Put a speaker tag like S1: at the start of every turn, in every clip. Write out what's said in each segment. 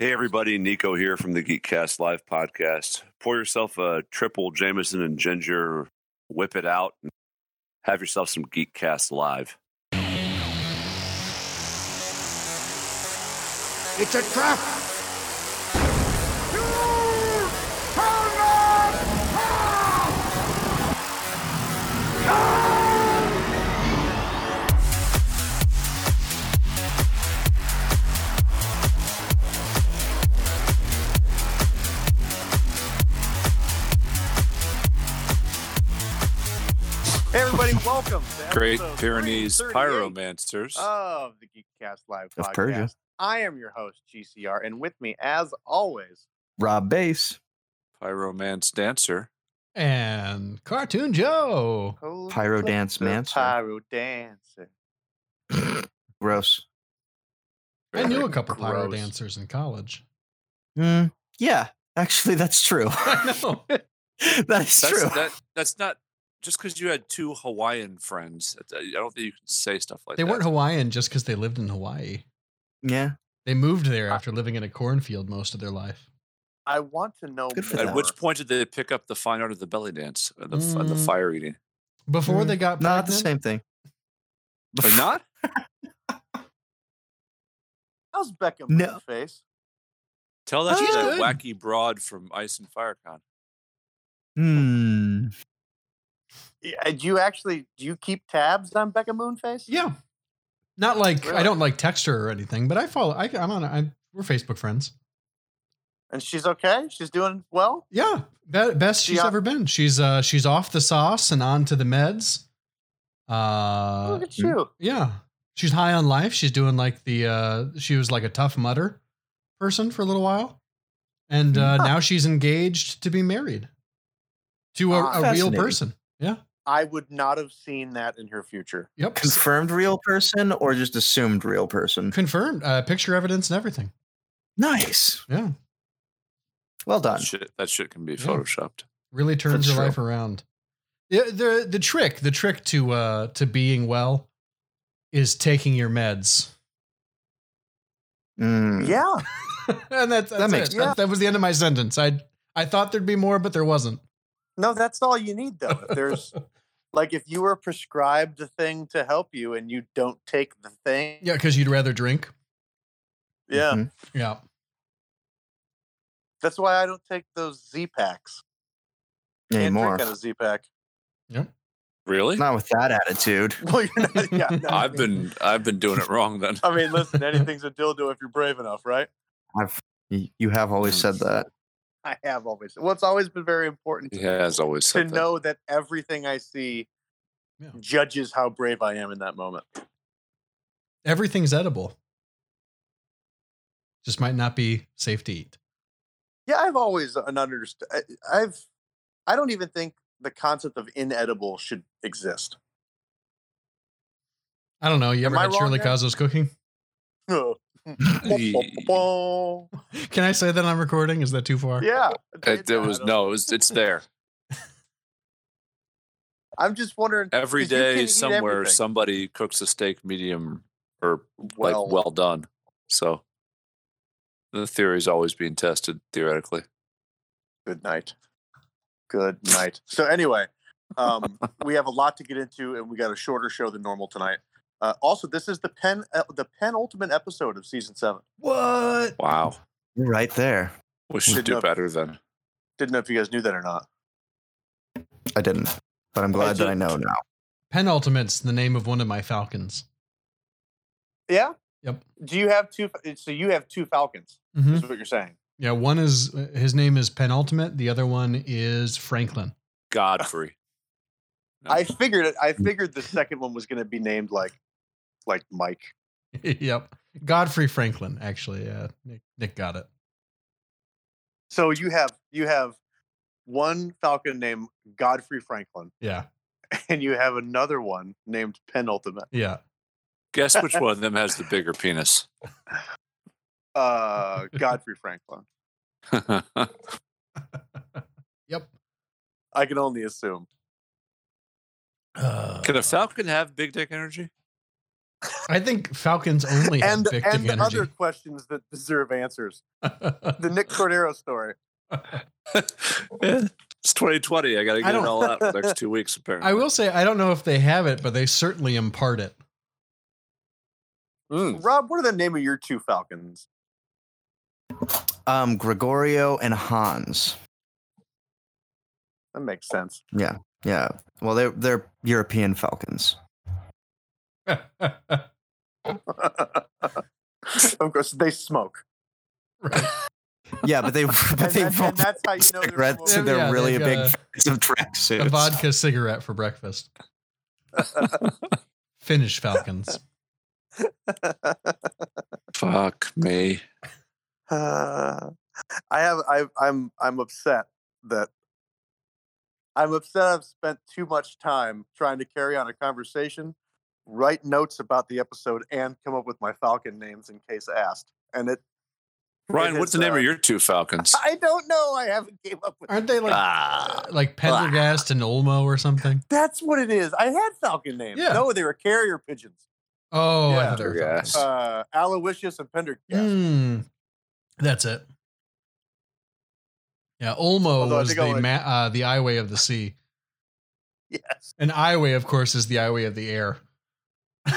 S1: Hey, everybody. Nico here from the Geekcast Live podcast. Pour yourself a triple Jameson and Ginger, whip it out, and have yourself some Geekcast Live.
S2: It's a trap!
S3: Hey everybody, welcome to
S1: Great
S3: episode
S1: Pyrenees
S3: 338
S1: Pyromancers.
S4: Uh,
S3: of the Geekcast Live
S5: Of
S3: podcast.
S5: Persia.
S3: I am your host GCR, and with me, as always,
S5: Rob Bass,
S1: Pyromance Dancer.
S4: and Cartoon Joe.
S3: Cole
S5: Pyro
S3: Clip,
S5: Dance
S3: the
S5: Mancer.
S3: Pyro Dancer.
S5: gross.
S4: I knew a couple pyro
S3: Gross.
S4: dancers in college.
S5: Mm, yeah, actually, that's true.
S4: I know.
S5: that's,
S1: That's,
S5: true.
S1: That, that's not just because you had two Hawaiian friends. that- I don't think you can say stuff like
S4: they
S1: that.
S4: weren't Hawaiian just because they lived in Hawaii.
S5: yeah,
S4: They moved there after living in a cornfield most of their life.
S3: I want to know
S5: Good for
S3: more.
S5: them.
S1: At which point did they pick up the fine art of the belly dance and the, and the
S4: Mm.
S1: fire eating?
S4: Before
S5: Mm,
S4: they got pregnant,
S5: not the same thing.
S1: But not?
S3: how's Beckham
S5: No.
S3: face?
S1: Tell that to
S4: She's
S1: that
S4: good.
S1: wacky broad from Ice and Firecon.
S5: Hmm.
S3: Yeah, uh, Do you actually do you keep tabs on Beckham Moonface?
S4: Yeah, not like I
S3: Really?
S4: don't like text her or anything, but I follow. I, I'm on. I, we're Facebook friends.
S3: And she's okay? She's doing well?
S4: Yeah, be- best she's
S3: Yeah.
S4: ever been. She's uh she's off the sauce and on to the meds. Uh,
S3: Look
S5: Mm.
S3: at you.
S4: Yeah. She's high on life. She's doing like the uh she was like a tough mutter person for a little while. And uh now she's engaged to be married to
S3: Ah,
S4: a, a real
S5: Fascinating.
S4: person. Yeah.
S3: I would not have seen that in her future.
S4: Yep.
S5: Confirmed real person or just assumed real person?
S4: Confirmed. Uh picture evidence and everything.
S5: Nice.
S4: Yeah.
S5: Well done.
S1: That shit, that shit can be
S4: Yeah.
S1: photoshopped.
S4: Really turns
S5: That's
S4: her
S5: true.
S4: life around. The, the the trick, the trick to uh to being well is taking your meds.
S5: Mm.
S3: Yeah.
S4: and that's, that's
S5: makes
S4: it.
S3: sense.
S4: That, that was the end of my sentence. I I thought there'd be more, but there wasn't.
S3: No, that's all you need though. If There's like if you were prescribed a thing to help you and you don't take the thing.
S4: Yeah, because you'd rather drink.
S3: Yeah.
S5: Mhm.
S4: Yeah.
S3: That's why I don't take those Z packs. Can't
S5: Anymore.
S3: drink out of Z pack.
S1: Really?
S5: Not with that attitude.
S3: Well, you're not, yeah, no, I
S1: I've
S3: mean-
S1: been I've been doing it wrong then.
S3: I mean, listen, anything's a dildo if you're brave enough, right?
S5: I've y- you have always said
S3: Hmm.
S5: that.
S3: I have always. Well, it's always been very important to,
S1: He has always
S3: to
S1: said that.
S3: know that everything I see
S4: Yeah.
S3: judges how brave I am in that moment.
S4: Everything's edible. Just might not be safe to eat.
S3: Yeah, I've always an understood. I've. I don't even think the concept of inedible should exist.
S4: I don't know. You
S3: Am
S4: ever
S3: I
S4: had
S3: wrong
S4: Shirley
S3: there?
S4: Cosgrove's cooking?
S3: yeah,
S4: Can I say that on recording? Is that too far?
S1: It, it was no, it was, it's there.
S3: I'm just wondering.
S1: Every
S3: 'Cause you can
S1: day
S3: eat
S1: somewhere
S3: everything.
S1: somebody cooks a steak medium or
S3: Well,
S1: like well done. So the theory is always being tested theoretically.
S3: good night. Good night. So anyway, um, we have a lot to get into, and we got a shorter show than normal tonight. Uh, also, this is the pen uh, the penultimate episode of season seven.
S4: What?
S1: Wow.
S5: You're right there.
S1: We should
S3: Good
S1: do
S3: enough.
S1: better then.
S3: Didn't know if you guys knew that or not.
S5: I didn't, but I'm glad that I know now.
S4: Penultimate's the name of one of my falcons.
S3: Yeah.
S4: Yep.
S3: Do you have two? uh, So you have two falcons.
S4: Mhm.
S3: Is what you're saying?
S4: Yeah, one is his name is Penultimate. The other one is Franklin.
S1: Godfrey. No.
S3: I figured it. I figured the second one was going to be named like, like Mike.
S4: yep, Godfrey Franklin. Actually, yeah, Nick, Nick got it.
S3: So you have you have one falcon named Godfrey Franklin,
S4: Yeah,
S3: and you have another one named Penultimate.
S4: yeah.
S1: Guess which one of them has the bigger penis?
S3: Uh, Godfrey Franklin.
S4: yep.
S3: I can only assume.
S4: Uh,
S3: Uh.
S1: Can a falcon have big dick energy?
S4: I think Falcons only have
S3: and
S4: Victim
S3: and the
S4: energy.
S3: other questions that deserve answers. The Nick Cordero story.
S1: Yeah, it's 2020. I got to
S4: I
S1: get it
S4: don't-
S1: all out for the next two weeks, apparently.
S4: I will say I don't know if they have it, but they certainly impart it.
S1: Hmm.
S3: Rob, what are the name of your two Falcons?
S5: Um, Gregorio and Hans.
S3: That makes sense.
S5: Yeah. Well, they're they're European Falcons.
S4: right.
S3: of course, they smoke.
S5: Yeah, but they but
S3: And,
S5: they
S3: that- and
S5: roll
S3: that's how you know they're
S5: cigarettes and
S3: smoking.
S5: they're
S4: Yeah,
S5: really
S4: they've
S5: big
S4: got
S5: fans of
S4: A
S5: tracksuits.
S4: vodka cigarette for breakfast. Finnish Falcons.
S1: Fuck me.
S3: Uh, I have. I, I'm. I'm upset that. I'm upset. I've spent too much time trying to carry on a conversation, write notes about the episode, and come up with my Falcon names in case asked. And it.
S1: Ryan,
S3: it
S1: what's the
S3: has,
S1: name
S3: uh,
S1: of your two Falcons?
S3: I don't know. I haven't came up with.
S4: Aren't they like
S1: ah,
S4: like Pendergast and Olmo or something?
S3: That's what it is. I had Falcon names.
S4: Yeah.
S3: No, they were carrier pigeons.
S4: Oh, I
S3: Yeah.
S4: thought they were
S1: Pendergast.
S4: Falcons.
S3: Uh, Aloysius and Pendergast.
S4: Mm. that's it. Yeah, Olmo
S3: Although I
S4: was
S3: think
S4: the
S3: I like-
S4: ma- uh, the highway of the sea,
S3: Yes.
S4: and highway, of course, is the highway of the air.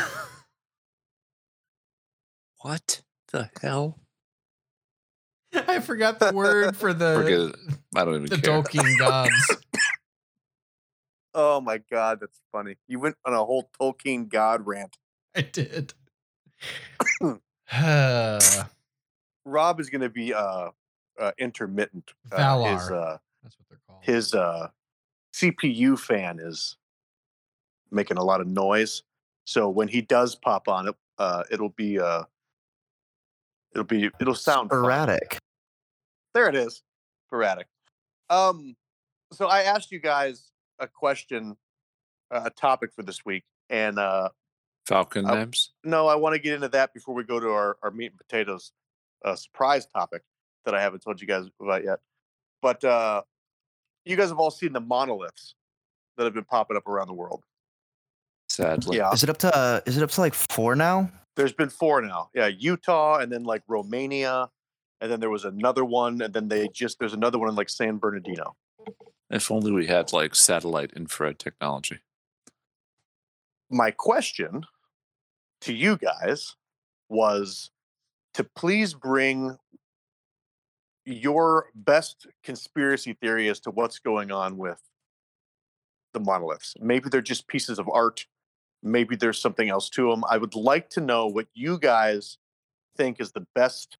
S1: what the hell?
S4: I forgot the word for
S1: Forget
S4: the
S1: it. I don't even
S4: the
S1: care.
S4: Tolkien gods.
S3: Oh my god, that's funny. You went on a whole Tolkien god rant.
S4: I did. Uh,
S3: Rob is going to be uh, uh intermittent. Uh, his
S4: Valar.
S3: uh,
S4: That's what they're called.
S3: his uh, CPU fan is making a lot of noise. So when he does pop on it, uh, it'll be uh, it'll be it'll sound fun.
S5: erratic.
S3: There it is. Sporadic. Um, so I asked you guys a question, uh, a topic for this week, and uh,
S1: Falcon
S3: Oh.
S1: names?
S3: no, I want to get into that before we go to our, our meat and potatoes uh, surprise topic that I haven't told you guys about yet. But uh, you guys have all seen the monoliths that have been popping up around the world.
S1: Sadly.
S3: Yeah,
S5: Is it up to uh, is it up to like four now?
S3: there's been four now. Yeah, Utah, and then like Romania, and then there was another one, and then they just there's another one in like San Bernardino.
S1: If only we had like satellite infrared technology.
S3: my question to you guys was to please bring your best conspiracy theory as to what's going on with the monoliths. Maybe they're just pieces of art. Maybe there's something else to them. I would like to know what you guys think is the best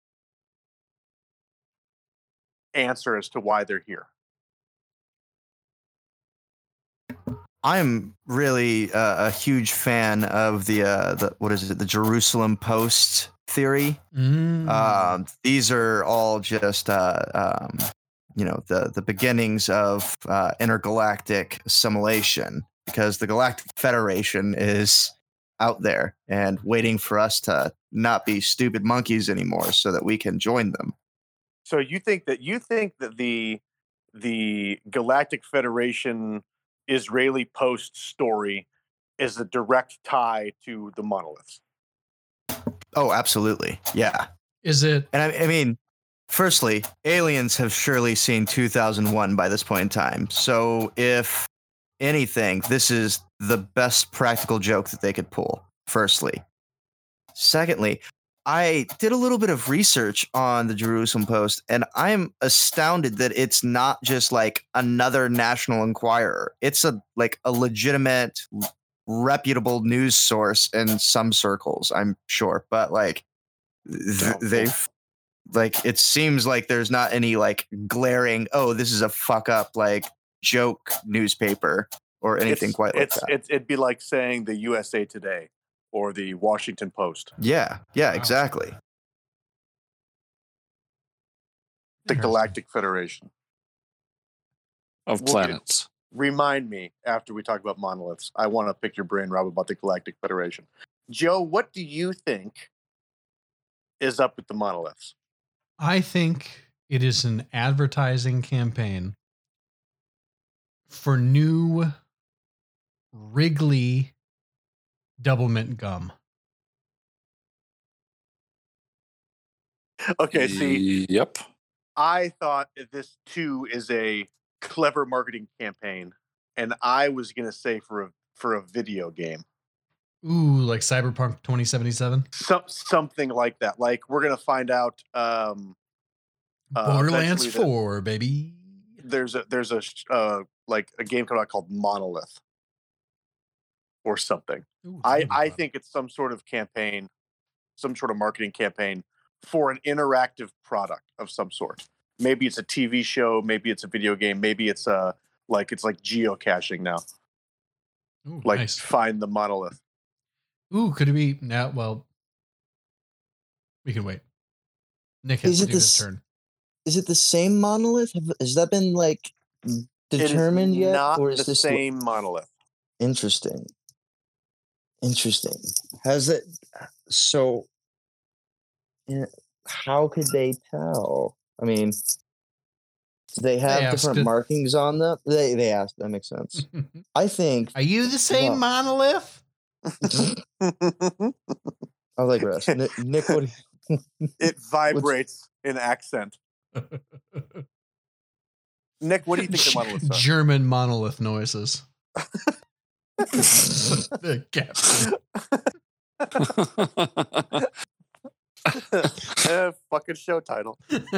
S3: answer as to why they're here.
S5: I'm really uh, a huge fan of the uh, the what is it the Jerusalem Post theory.
S3: Hmm.
S4: Mm.
S5: Um, these are all just uh, um, you know the the beginnings of uh, intergalactic assimilation because the Galactic Federation is out there and waiting for us to not be stupid monkeys anymore so that we can join them.
S3: So you think that you think that the the Galactic Federation Israeli Post story is a direct tie to the monoliths?
S5: Oh, absolutely, yeah.
S4: is it?
S5: And I, I mean, firstly, aliens have surely seen 2001 by this point in time. So if anything, this is the best practical joke that they could pull, firstly. Secondly, I did a little bit of research on the Jerusalem Post, and I'm astounded that it's not just like another National Enquirer. It's a like a legitimate, reputable news source in some circles, I'm sure. But like, th-
S3: Doubtful.
S5: they've like it seems like there's not any like glaring oh this is a fuck up like joke newspaper or anything
S3: It's-
S5: quite like
S3: it's,
S5: that
S3: It's, it'd be like saying the USA Today or the Washington Post.
S5: yeah yeah
S4: Wow.
S5: exactly
S3: The
S5: Mm-hmm.
S4: Interesting.
S3: Galactic Federation.
S1: Of
S3: We'll get-
S1: planets.
S3: Remind me after we talk about monoliths. I want to pick your brain, Rob, about the Galactic Federation. Joe, what do you think is up with the monoliths?
S4: I think it is an advertising campaign for new Wrigley double mint gum.
S3: Okay, see,
S2: Yep.
S3: I thought that this too is a clever marketing campaign, and I was gonna say for a for a video game,
S4: Ooh, like Cyberpunk 2077.
S3: some something like that. Like we're gonna find out. Um, Uh,
S4: Borderlands
S3: eventually the-
S4: 4, baby.
S3: there's a there's a sh- uh, like a game coming out called Monolith or something.
S4: Ooh,
S3: I
S4: that'd be
S3: I
S4: fun.
S3: think it's some sort of campaign, some sort of marketing campaign for an interactive product of some sort. Maybe it's a TV show, maybe it's a video game, maybe it's a like it's like geocaching now.
S4: Ooh,
S3: Like
S4: nice.
S3: find the monolith.
S4: Ooh, could it be now? Well, we can wait. Nick has
S6: Is
S4: to
S6: it
S4: do his
S6: this-
S4: turn.
S6: Is it the same monolith? Have, has that been like
S3: It is
S6: determined yet,
S3: Not
S6: or is
S3: the
S6: this what-
S3: same monolith?
S6: Interesting. Interesting. Has it? So, yeah, how could they tell? I mean, do they have
S4: asked
S6: different
S4: it.
S6: markings on them? They they asked. That makes
S5: Mm.
S6: sense. I think
S4: Mhm. Are you the
S6: same Well-
S4: monolith?
S6: I'll digress. Nick, Nick would.
S3: it vibrates in accent. Nick, what do you think the monoliths are?
S4: German monolith noises. the gap.
S3: Eh, fucking show title.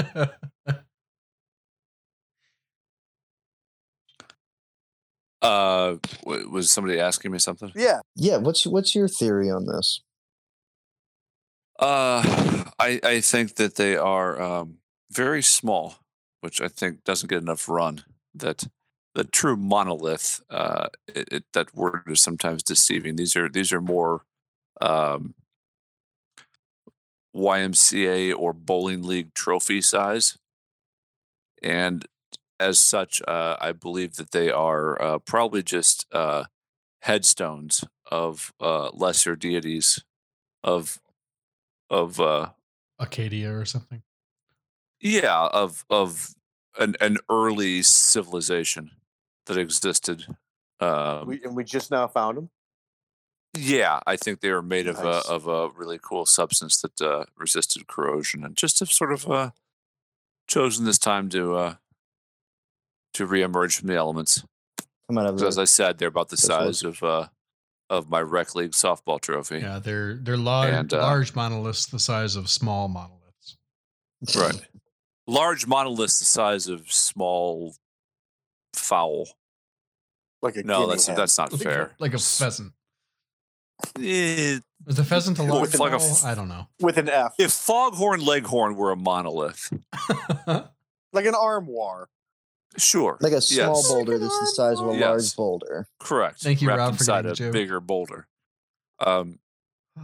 S1: Uh, w- was somebody asking me something?
S3: Yeah.
S6: Yeah. What's what's your theory on this?
S1: Uh, I I think that they are um, very small, which I think doesn't get enough run. That the true monolith, uh, it, it, that word is sometimes deceiving. These are these are more um, YMCA or bowling league trophy size, and as such, uh, I believe that they are uh, probably just uh, headstones of uh, lesser deities of of uh
S4: Acadia or something.
S1: yeah of of an an early civilization that existed um
S3: We, and we just now found him.
S1: yeah i think they were made of
S3: Nice.
S1: a of a really cool substance that uh resisted corrosion and just have sort of uh chosen this time to uh to reemerge from the elements
S6: Come out of
S1: 'Cause as i
S6: the
S1: said they're about the
S6: That's awesome.
S1: size of uh of my rec league softball trophy
S4: Yeah, they're they're large
S1: And, uh,
S4: large monoliths the size of small monoliths.
S1: right large monoliths the size of small fowl
S3: Like a
S1: no
S3: guinea
S1: that's
S3: hen.
S1: that's not
S4: Like a-
S1: fair
S4: Like a
S1: S-
S4: pheasant.
S1: Eh,
S4: Is the pheasant a
S3: With
S4: large
S1: like a
S4: fowl?
S1: f-
S4: I don't know.
S3: with an F,
S1: if Foghorn Leghorn were a monolith,
S3: like an armoire.
S1: sure.
S6: like a small
S1: Yes.
S6: boulder that's the size of a
S1: Yes.
S6: large boulder.
S1: Correct.
S4: Thank you,
S1: Wrapped
S4: Rob, for
S1: inside
S4: getting
S1: a
S4: the joke.
S1: bigger boulder. Um,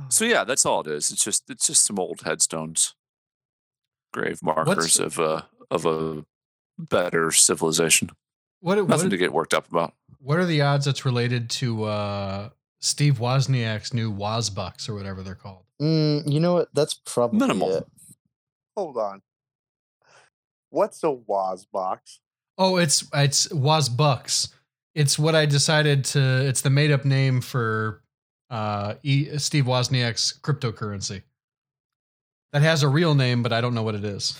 S1: so yeah, that's all it is. It's just it's just some old headstones, grave markers of a of a better civilization.
S4: what, what,
S1: Nothing to get worked up about.
S4: What are the odds it's related to uh, Steve Wozniak's new Wozbucks or whatever they're called?
S6: Mm, you know what? That's probably
S1: Minimal.
S6: It.
S3: Hold on. What's a Woz box?
S4: Oh, it's it's Wozbucks. It's what I decided to. It's the made up name for uh, e, Steve Wozniak's cryptocurrency. That has a real name, but I don't know what it is.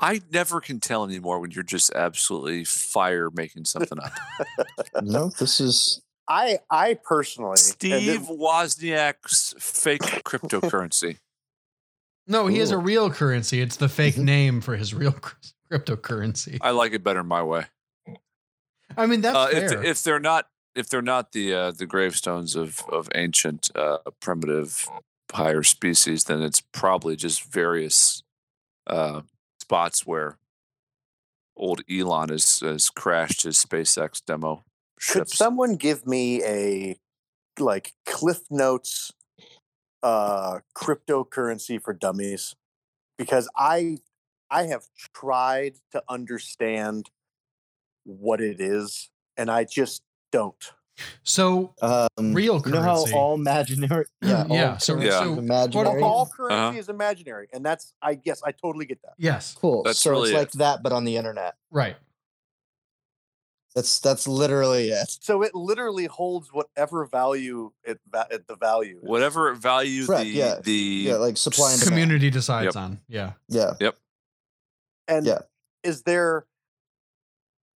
S1: I never can tell anymore when you're just absolutely fire making something up.
S6: No, this is
S3: I I personally and
S1: Steve
S3: thi-
S1: Wozniak's fake cryptocurrency.
S4: No, he has a
S6: Ooh.
S4: real currency. It's the fake name for his real cr- cryptocurrency.
S1: Mm-hmm. I like it better my way.
S4: I mean, that's
S1: uh, if,
S4: fair.
S1: if they're not if they're not the uh, the gravestones of of ancient uh, primitive higher species, then it's probably just various uh, spots where old Elon has, has crashed his SpaceX demo
S3: could
S1: ships.
S3: someone give me a like Cliff Notes uh cryptocurrency for dummies? Because I I have tried to understand what it is and I just don't.
S4: so
S6: um,
S4: Real
S6: You know how
S4: currency.
S6: all imaginary, yeah, all
S4: Yeah, so-
S6: currency
S1: Yeah.
S6: is
S4: so what-
S6: imaginary.
S3: All currency is imaginary and that's I guess I totally get that.
S4: yes,
S6: Cool.
S1: That's
S6: so
S1: really
S6: it's
S1: it.
S6: like that, but on the internet.
S4: right.
S6: That's that's literally it.
S3: So it literally holds whatever value it va- at the value. is.
S1: Whatever value
S6: Correct,
S1: the
S6: yeah.
S1: the
S6: Yeah, like supply and demand.
S4: Community
S1: Yep.
S4: decides on. Yeah.
S6: Yeah.
S3: And
S6: yeah.
S3: is there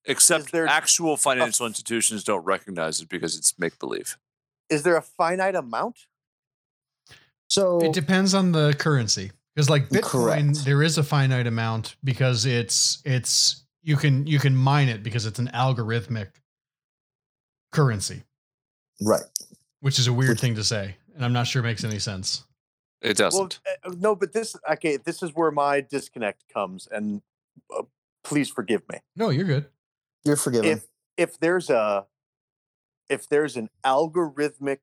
S1: except
S3: there
S1: actual financial institutions don't recognize it because it's make believe.
S3: is there a finite amount?
S6: So
S4: It depends on the currency. Because like Bitcoin,
S6: Correct.
S4: there is a finite amount because it's it's you can you can mine it because it's an algorithmic currency,
S6: right.
S4: which is a weird
S6: Which-
S4: thing to say, and I'm not sure it makes any sense.
S1: It doesn't.
S3: Well, uh, no, but this okay. This is where my disconnect comes, and uh, please forgive me.
S4: No, you're good.
S6: You're forgiven.
S3: If if there's a if there's an algorithmic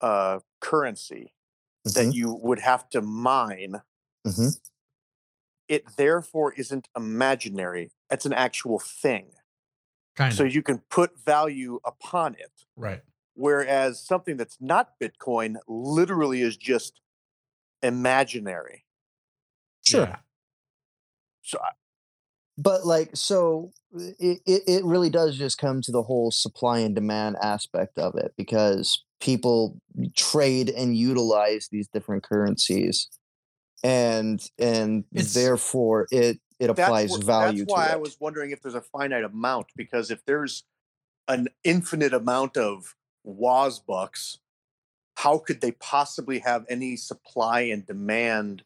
S3: uh, currency that
S6: Mhm,
S3: you would have to mine,
S6: mhm.
S3: it therefore isn't imaginary. It's an actual thing,
S4: Kind
S3: so
S4: of
S3: you can put value upon it.
S4: right.
S3: Whereas something that's not Bitcoin literally is just imaginary.
S6: Sure.
S4: Yeah.
S3: So I-
S6: But like so it, it, it really does just come to the whole supply and demand aspect of it because people trade and utilize these different currencies and and
S4: It's-
S6: therefore it it
S3: that's
S6: applies
S3: wh-
S6: value
S3: That's why
S6: to it.
S3: I was wondering if there's a finite amount because if there's an infinite amount of Woz bucks, how could they possibly have any supply and demand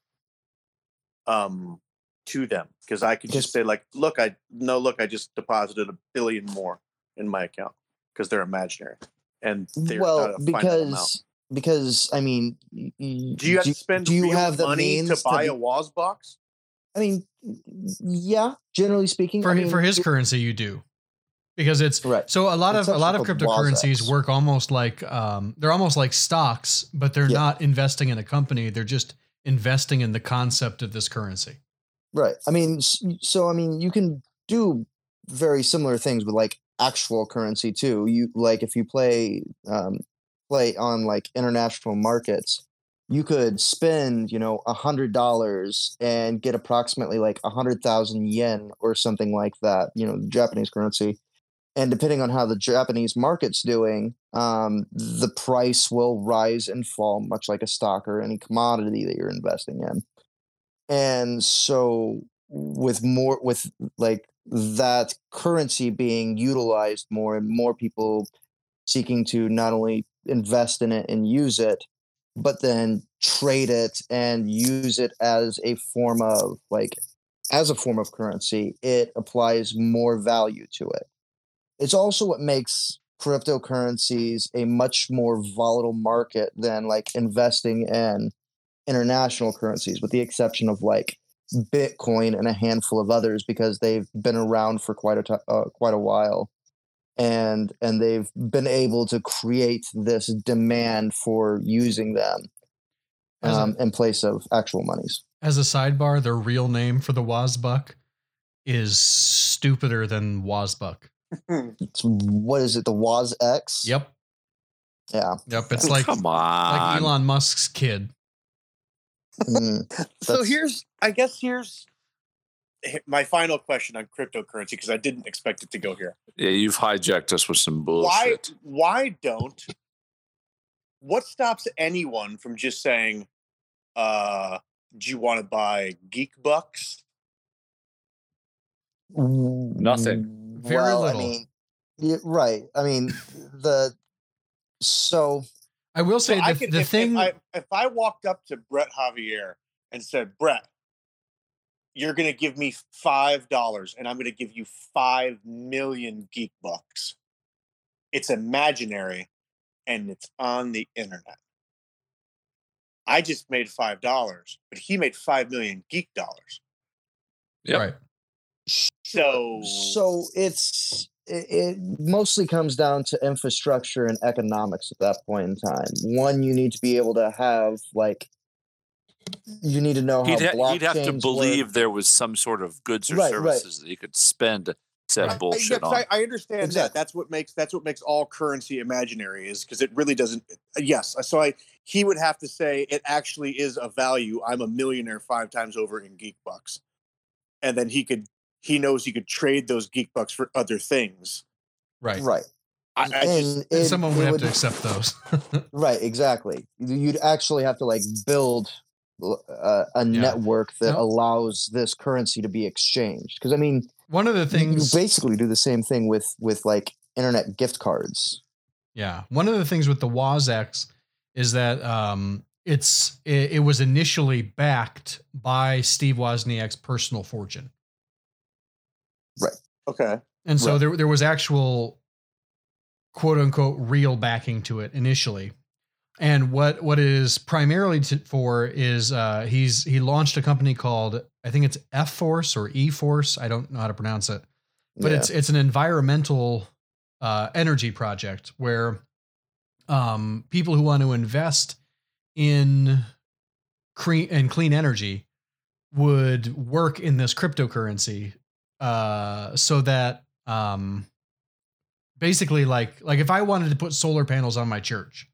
S3: um, to them? Because I could just
S6: Yes.
S3: say like, look, I no, look, I just deposited a billion more in my account because they're imaginary and they're
S6: well
S3: not a finite amount.
S6: because because I mean y- y-
S3: Do you have to spend
S6: do you
S3: real
S6: have the
S3: money to
S6: means to
S3: buy
S6: be-
S3: a Woz box?
S6: I mean, yeah. Generally speaking,
S4: For
S6: I
S4: hi-
S6: mean,
S4: for his
S6: it-
S4: currency, you do because it's
S6: right,
S4: So a lot
S6: It's
S4: of a lot of
S6: actually called
S4: cryptocurrencies
S6: Wazex.
S4: work almost like um, they're almost like stocks, but they're
S6: Yeah.
S4: not investing in a company. They're just investing in the concept of this currency.
S6: right. I mean, s- so I mean, you can do very similar things with like actual currency too. You like if you play um, play on like international markets, you could spend you know a hundred dollars and get approximately like a hundred thousand yen or something like that. You know, Japanese currency. and depending on how the Japanese market's doing, um, the price will rise and fall, much like a stock or any commodity that you're investing in. And so, with more, with like that currency being utilized more and more people seeking to not only invest in it and use it, but then trade it and use it as a form of like, as a form of currency, it applies more value to it it's also what makes cryptocurrencies a much more volatile market than like investing in international currencies with the exception of like bitcoin and a handful of others because they've been around for quite a time uh, quite a while and and they've been able to create this demand for using them
S4: As a-
S6: um, in place of actual monies
S4: As a sidebar, their real name for the Wazbuck is stupider than Wazbuck.
S6: it's, what is it the waz x
S4: Yep,
S6: yeah
S4: yep. It's like
S1: come
S4: like
S1: on.
S4: Elon Musk's kid.
S6: Mm.
S3: so
S6: That's-
S3: here's i guess here's h- my final question on cryptocurrency because i didn't expect it to go here
S1: Yeah, you've hijacked us with some bullshit.
S3: why why don't what stops anyone from just saying uh do you want to buy geek bucks
S1: Nothing.
S4: Very
S6: well,
S4: little.
S6: I mean, yeah, right. I mean, the so
S4: I will say
S3: So I
S4: the,
S3: could-
S4: the
S3: if, if
S4: thing.
S3: I, if I walked up to brett javier and said brett you're going to give me five dollars and i'm going to give you five million geek bucks it's imaginary and it's on the internet i just made five dollars but he made five million geek dollars
S1: Yep.
S4: Right.
S1: Mm.
S3: so
S6: so it's it, it mostly comes down to infrastructure and economics at that point in time. One, you need to be able to have like you need to know how
S1: He'd, ha- he'd have to
S6: blockchains
S1: believe
S6: work.
S1: there was some sort of goods or
S6: Right, right.
S1: services that he could spend said
S4: Right.
S3: I,
S1: bullshit
S3: yeah, 'cause
S1: on.
S3: I, I understand that.
S6: Exactly.
S3: That's what makes that's what makes all currency imaginary is because it really doesn't. uh, Yes, so I he would have to say it actually is a value. I'm a millionaire five times over in geek bucks, and then he could he knows he could trade those geek bucks for other things.
S4: Right.
S6: right.
S3: I, I just,
S6: and
S4: And
S6: it-
S4: someone
S6: it
S4: would have
S6: would-
S4: to accept those.
S6: Right, exactly. You'd actually have to like build uh, a network that
S4: No.
S6: allows this currency to be exchanged. Because I mean,
S4: One of the
S6: you-
S4: things
S6: you basically do the same thing with with like internet gift cards.
S4: Yeah. One of the things with the WASX is that um, it's it, it was initially backed by Steve Wozniak's personal fortune,
S3: okay.
S4: and so
S6: Right.
S4: there there was actual quote unquote real backing to it initially. And what what it is primarily to, for is uh, he's he launched a company called I think it's F Force or E Force I don't know how to pronounce it but
S6: Yeah.
S4: it's it's an environmental uh, energy project where um, people who want to invest in clean and clean energy would work in this cryptocurrency uh, so that um, basically like like if I wanted to put solar panels on my church,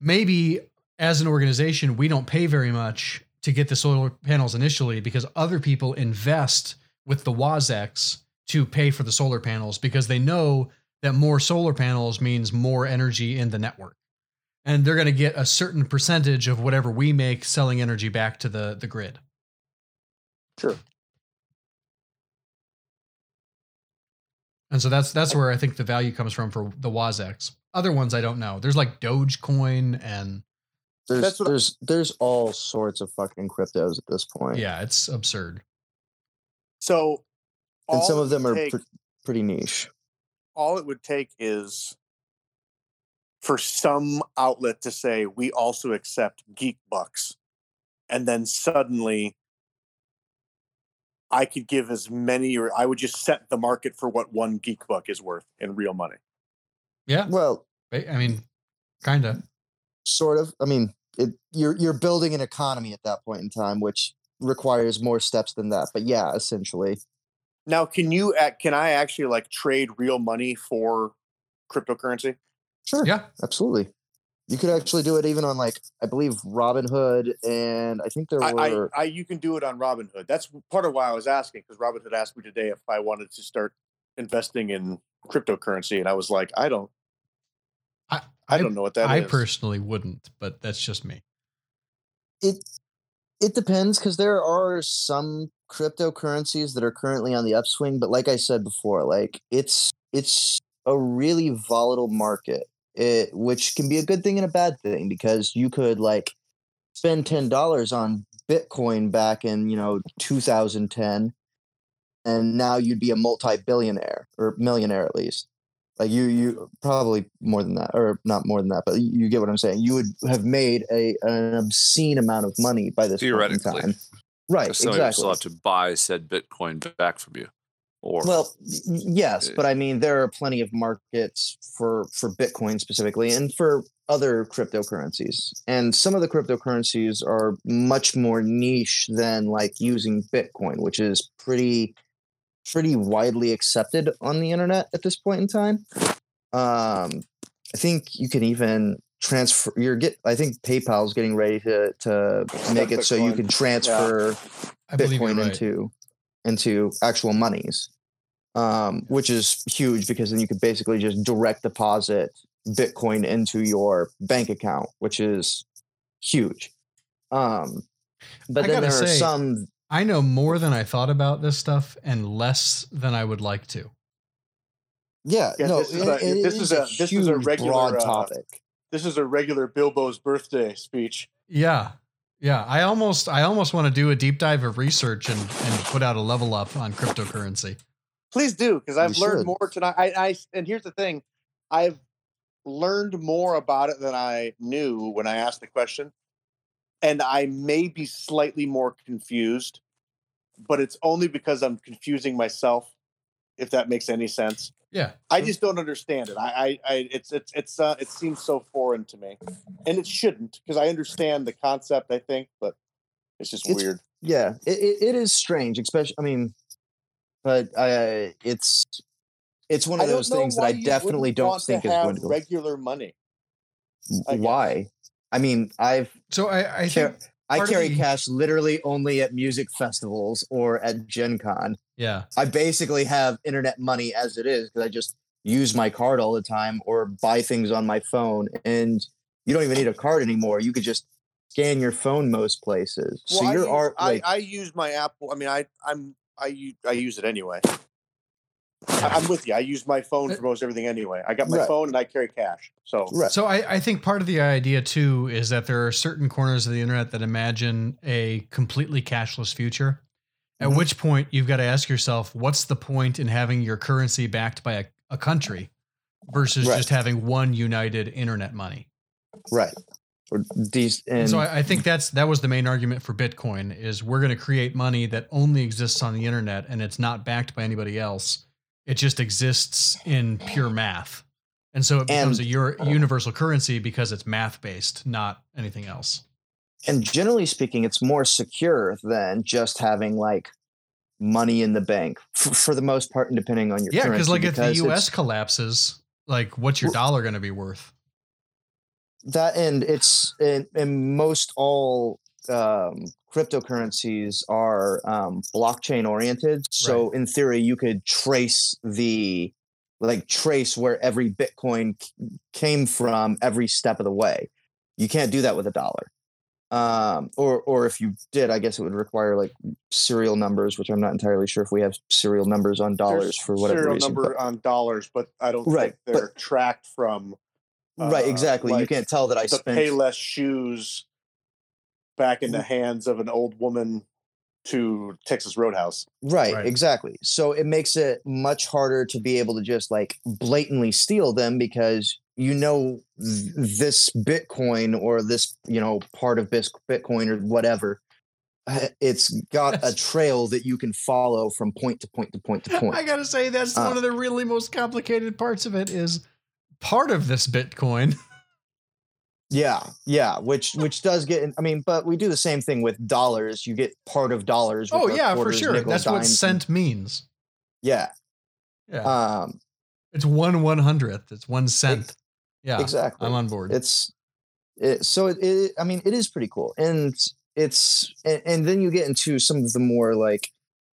S4: maybe as an organization we don't pay very much to get the solar panels initially because other people invest with the Wazex to pay for the solar panels because they know that more solar panels means more energy in the network. And they're going to get a certain percentage of whatever we make selling energy back to the, the grid.
S3: Sure.
S4: And so that's that's where I think the value comes from for the Wazex. Other ones I don't know. There's like Dogecoin and
S6: There's
S3: That's what-
S6: there's there's all sorts of fucking cryptos at this point.
S4: yeah, it's absurd.
S3: So
S6: and some
S3: all
S6: of
S3: it
S6: them
S3: would
S6: are
S3: take-
S6: pr- pretty niche.
S3: all it would take is for some outlet to say we also accept geek bucks and then suddenly i could give as many or i would just set the market for what one geek buck is worth in real money
S4: Yeah.
S6: Well,
S4: I I mean, kind of.
S6: sort of. I mean, it, you're you're building an economy at that point in time, which requires more steps than that. But yeah, essentially,
S3: now can you act can i actually like trade real money for cryptocurrency
S6: sure.
S4: Yeah.
S6: Absolutely. You could actually do it even on like I believe Robinhood and I think there
S3: I,
S6: were
S3: I, I you can do it on robinhood that's part of why i was asking because robinhood asked me today if i wanted to start investing in cryptocurrency and i was like i don't
S4: I-
S3: I don't know what that is.
S4: I personally wouldn't, but that's just me.
S6: it it depends because there are some cryptocurrencies that are currently on the upswing, but like I said before, like it's it's a really volatile market. It which can be a good thing and a bad thing because you could like spend ten dollars on Bitcoin back in, you know, 2010 and now you'd be a multi-billionaire or millionaire at least. Like you you probably more than that or not more than that, but you get what I'm saying. You would have made a an obscene amount of money by this
S1: Theoretically.
S6: point in time. Right,
S1: 'Cause somebody will still
S6: exactly.
S1: have to buy said Bitcoin back from you. Or
S6: Well, y- yes,
S3: uh,
S6: but I mean there are plenty of markets for for Bitcoin specifically and for other cryptocurrencies. And some of the cryptocurrencies are much more niche than like using Bitcoin, which is pretty pretty widely accepted on the internet at this point in time. Um I think you can even transfer you're get I think PayPal's getting ready to to make it so you
S3: Bitcoin.
S6: can
S3: Yeah.
S6: transfer
S4: I believe you're
S6: Bitcoin
S4: right.
S6: into into actual monies, um, which is huge because then you could basically just direct deposit Bitcoin into your bank account, which is huge. Um, but
S4: I
S6: then
S4: gotta
S6: there are
S4: say-
S6: some.
S4: I know more than I thought about this stuff and less than I would like to.
S6: Yeah,
S3: Yeah,
S6: no,
S3: this is
S6: it-
S3: a-
S6: it
S3: this is a- this is a
S6: huge,
S3: regular,
S6: broad
S3: uh,
S6: topic.
S3: this is a regular Bilbo's birthday speech.
S4: Yeah. Yeah. I almost I almost want to do a deep dive of research and, and put out a level up on cryptocurrency.
S3: Please do, because I've
S6: You
S3: learned
S6: should.
S3: more tonight. I, I and here's the thing, I've learned more about it than I knew when I asked the question, and I may be slightly more confused, but it's only because I'm confusing myself. If that makes any sense,
S4: Yeah.
S3: I just don't understand it. I, I, I it's, it's, it's, uh, it seems so foreign to me, and it shouldn't, because I understand the concept. I think, but it's just
S6: It's-
S3: weird.
S6: yeah it, it, it is strange especially i mean but uh it's it's one of those things that i definitely don't think is going to go
S3: regular money. I guess.
S6: why i mean i've
S4: So I, I
S6: Sure.
S4: think
S6: i
S4: Part of
S6: carry
S4: the-
S6: cash literally only at music festivals or at gen con
S4: Yeah.
S6: I basically have internet money as it is because I just use my card all the time or buy things on my phone. And you don't even need a card anymore. You could just scan your phone most places. so
S3: Well, I,
S6: you're art.
S3: use, I, I use my Apple. I mean, I I'm I use I use it anyway. I, I'm with you. I use my phone for most everything anyway. I got my
S6: Uh Right.
S3: phone and I carry cash. So
S6: right.
S4: So I, I think part of the idea too is that there are certain corners of the internet that imagine a completely cashless future. At
S6: Mhm.
S4: which point you've got to ask yourself, what's the point in having your currency backed by a, a country versus
S6: Right.
S4: just having one united internet money?
S6: right. Or these and,
S4: And, so I, I think that's that was the main argument for Bitcoin is we're going to create money that only exists on the internet and it's not backed by anybody else. It just exists in pure math. And so it becomes
S6: And-
S4: a ur- universal currency because it's math based, not anything else.
S6: and generally speaking, it's more secure than just having like money in the bank f- for the most part, and depending on your
S4: yeah,
S6: currency,
S4: because like if the
S6: because it's-
S4: US collapses, like what's your dollar going to be worth?
S6: that and it's and, and most all um, cryptocurrencies are um, blockchain oriented so in theory you could trace the like trace where every bitcoin c- came from every step of the way you can't do that with a dollar um or or if you did i guess it would require like serial numbers which i'm not entirely sure if we have serial numbers on dollars
S3: There's
S6: for whatever
S3: serial
S6: reason
S3: number
S6: but-
S3: on dollars, but I don't
S6: Right,
S3: think they're tracked from
S6: right
S3: uh,
S6: exactly you
S3: like
S6: can't tell that i
S3: the
S6: spent Mm.
S3: Payless shoes back in the hands of an old woman to Texas Roadhouse.
S6: Right,
S4: Right.
S6: exactly. So it makes it much harder to be able to just like blatantly steal them because you know th- this Bitcoin or this, you know, part of bis- Bitcoin or whatever. uh, It's got a
S4: That's-
S6: trail that you can follow from point to point to point to
S4: I
S6: point.
S4: gotta say that's
S6: Uh,
S4: one of the really most complicated parts of it is part of this Bitcoin.
S6: Yeah, yeah, which which does get. I mean, but we do the same thing with dollars. You get part of dollars. which
S4: Oh
S6: are
S4: yeah, for
S6: quarters,
S4: sure.
S6: nickels,
S4: That's what
S6: dimes, and-
S4: cent means.
S6: Yeah.
S4: Yeah.
S6: Um.
S4: It's one one hundredth. It's one cent. Yeah,
S6: Exactly.
S4: I'm on board.
S6: it's it, so it, it i mean it is pretty cool and it's and, and then you get into some of the more like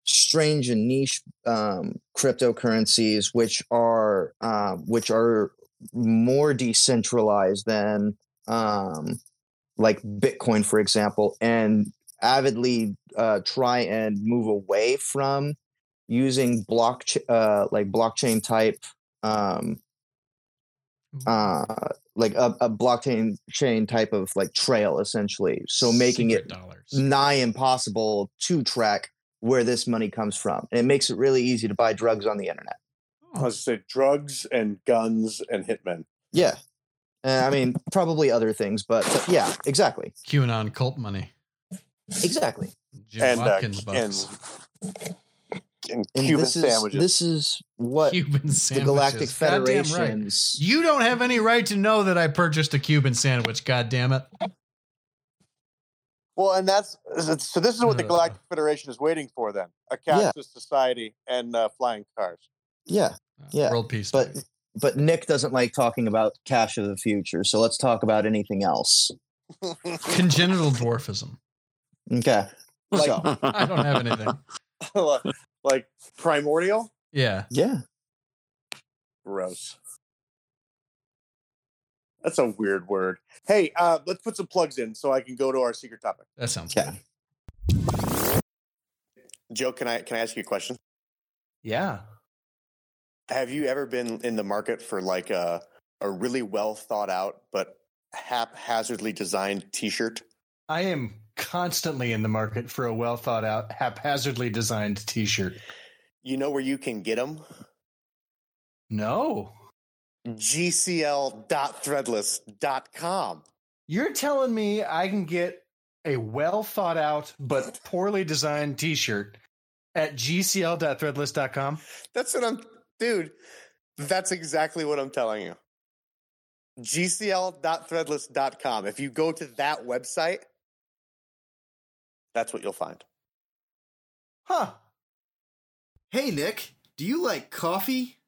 S6: strange and niche um cryptocurrencies which are um which are more decentralized than um like bitcoin for example and avidly uh try and move away from using block uh like blockchain type um
S3: Mm-hmm.
S6: uh like a, a blockchain chain type of like trail essentially so making
S4: Secret
S6: it
S4: dollars.
S6: nigh impossible to track where this money comes from and it makes it really easy to buy drugs on the internet
S4: Oh,
S6: Oh.
S3: I was gonna say drugs and guns and hitmen.
S6: yeah and i mean probably other things but, but yeah exactly
S4: QAnon cult money.
S6: exactly
S4: Jim
S3: and, uh,
S4: Watkins bucks.
S3: and and
S6: and
S3: Cuban
S6: this is
S3: sandwiches.
S6: this is what
S4: Cuban
S6: the
S4: sandwiches.
S6: galactic
S4: Goddamn right.
S6: federations
S4: You don't have any right to know that I purchased a Cuban sandwich. Uh, God damn it!
S3: well, and that's so. This is what the
S4: Uh.
S3: Galactic Federation is waiting for. Then a
S6: Yeah.
S3: cashless society and uh, flying cars.
S6: yeah Yeah,
S4: world peace.
S6: but-
S4: baby.
S6: but nick doesn't like talking about cash of the future so let's talk about anything else
S4: congenital dwarfism.
S6: okay so
S4: I don't have anything.
S3: like primordial.
S4: Yeah,
S6: yeah
S3: Gross. That's a weird word. Hey, uh, let's put some plugs in so I can go to our secret topic.
S4: that sounds
S6: Okay.
S4: good.
S3: Joe, can I can I ask you a question?
S4: Yeah.
S3: Have you ever been in the market for like a a really well thought out but haphazardly designed T-shirt?
S2: I am constantly in the market for a well thought out, haphazardly designed t shirt.
S3: You know where you can get them?
S2: No.
S3: GCL.threadless.com.
S2: You're telling me I can get a well thought out but poorly designed t shirt at gcl.threadless.com?
S3: That's what I'm, dude. That's exactly what I'm telling you. GCL.threadless.com. If you go to that website, that's what you'll find.
S2: Huh.
S5: Hey, Nick, do you like coffee?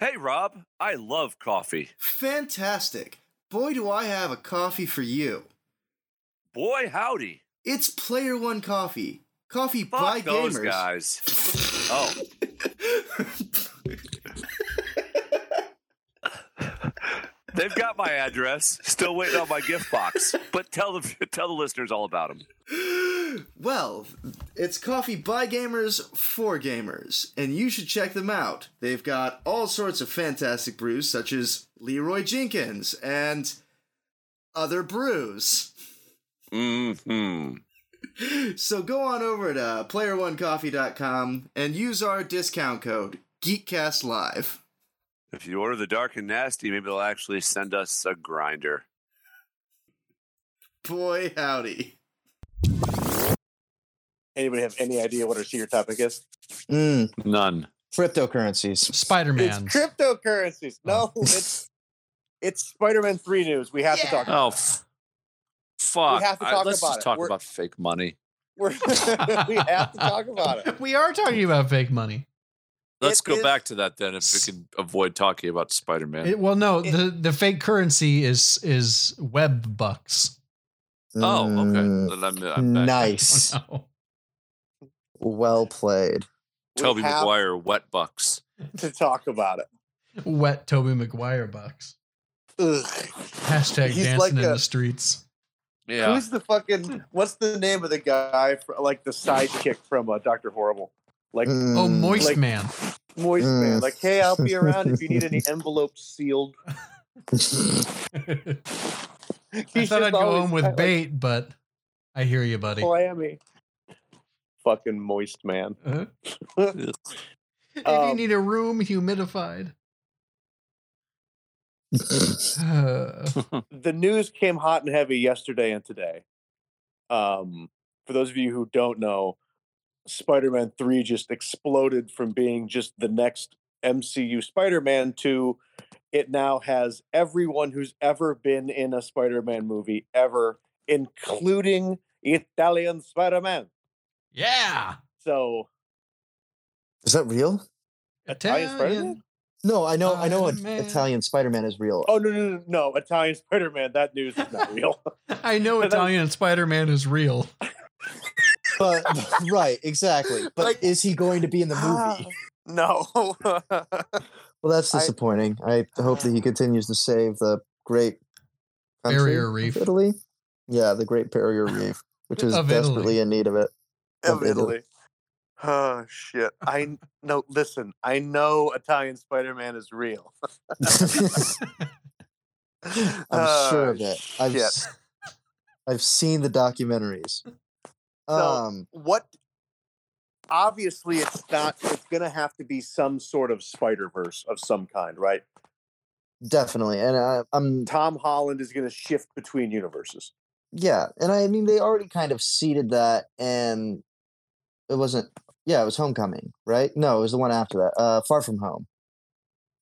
S1: hey, Rob, I love coffee.
S5: Fantastic. Boy, do I have a coffee for you.
S1: Boy, howdy.
S5: It's Player One Coffee. Coffee
S1: Fuck
S5: by
S1: those
S5: gamers.
S1: guys. Oh. They've got my address. Still waiting on my gift box. But tell the tell the listeners all about them.
S5: Well, it's coffee by gamers for gamers, and you should check them out. They've got all sorts of fantastic brews, such as Leroy Jenkins and other brews.
S1: Mm-hmm.
S5: So go on over to playeronecoffee.com and use our discount code GeekCastLive.
S1: If you order the dark and nasty, maybe they'll actually send us a grinder.
S5: Boy, howdy.
S3: Anybody have any idea what our senior topic is?
S6: Mm,
S1: None.
S6: cryptocurrencies.
S4: Spider Man.
S3: It's cryptocurrencies. No, it's it's Spider-Man three news. We have to talk.
S1: Oh, f- fuck.
S3: We have to
S1: I-
S3: talk
S1: let's
S3: about
S1: just
S3: it.
S1: talk
S3: We're-
S1: about fake money.
S3: We're, we have to talk about it.
S4: We are talking about fake money.
S1: Let's
S3: It
S1: go
S3: is-
S1: back to that then if we can avoid talking about Spider Man.
S4: It, well, no,
S3: It-
S4: the, the fake currency is is web bucks.
S1: Oh,
S6: Mm,
S1: okay. Then I'm, I'm back.
S6: nice.
S4: Oh, no.
S6: Well played.
S1: Toby
S3: we have
S1: Maguire, wet bucks.
S3: to talk about it.
S4: Wet Toby McGuire bucks.
S3: Ugh.
S4: Hashtag
S3: He's
S4: dancing
S3: like
S4: in
S3: a-
S4: the streets.
S1: Yeah.
S3: Who's the fucking? What's the name of the guy? For, like the sidekick from uh, Doctor Horrible, like
S6: Mm,
S4: oh, moist
S3: Hmm, like-
S4: man.
S3: Moist Man.
S6: Mm.
S3: Like, hey, I'll be around if you need any envelopes sealed.
S4: I
S3: He's
S4: thought
S3: just
S4: I'd go
S3: always
S4: home with
S3: like, Oh,
S4: bait, but I hear you, buddy.
S3: Miami. Fucking Moist Man.
S4: Uh, if you
S3: Um,
S4: need a room humidified. Uh,
S3: the news came hot and heavy yesterday and today. Um, for those of you who don't know, Spider Man 3 just exploded from being just the next MCU Spider Man to it now has everyone who's ever been in a Spider Man movie ever, including Italian Spider Man.
S4: yeah.
S3: So,
S6: Is that real?
S3: Italian Spider-Man?
S6: No, I know. I know. An
S4: Spider-Man.
S6: Italian Spider-Man is real.
S3: oh, no, no, no, no, Italian Spider Man, that news is not real.
S4: I know
S3: But that-
S4: Italian Spider Man is real.
S6: but right, exactly. But
S3: Like-
S6: is he going to be in the movie?
S3: no.
S6: Well, that's
S3: I-
S6: disappointing. I, hope that he continues to save the great country
S4: Barrier
S6: of
S4: Reef.
S6: Italy. Yeah, the Great Barrier Reef, which is
S4: Of Italy.
S6: desperately in need of it.
S3: of
S6: of
S3: Italy.
S6: Italy.
S3: Oh shit! I no. Listen, I know Italian Spider-Man is real.
S6: I'm
S3: Uh,
S6: sure
S3: Ah,
S6: of it. I've, s- I've seen the documentaries. Um,
S3: what? Obviously, it's not. It's gonna have to be some sort of Spider Verse of some kind, right?
S6: definitely, and I, I'm
S3: Tom Holland is gonna shift between universes.
S6: yeah, and I mean they already kind of seeded that, and it wasn't. Yeah, it was Homecoming, right? No, it was the one after that. Uh, Far From Home.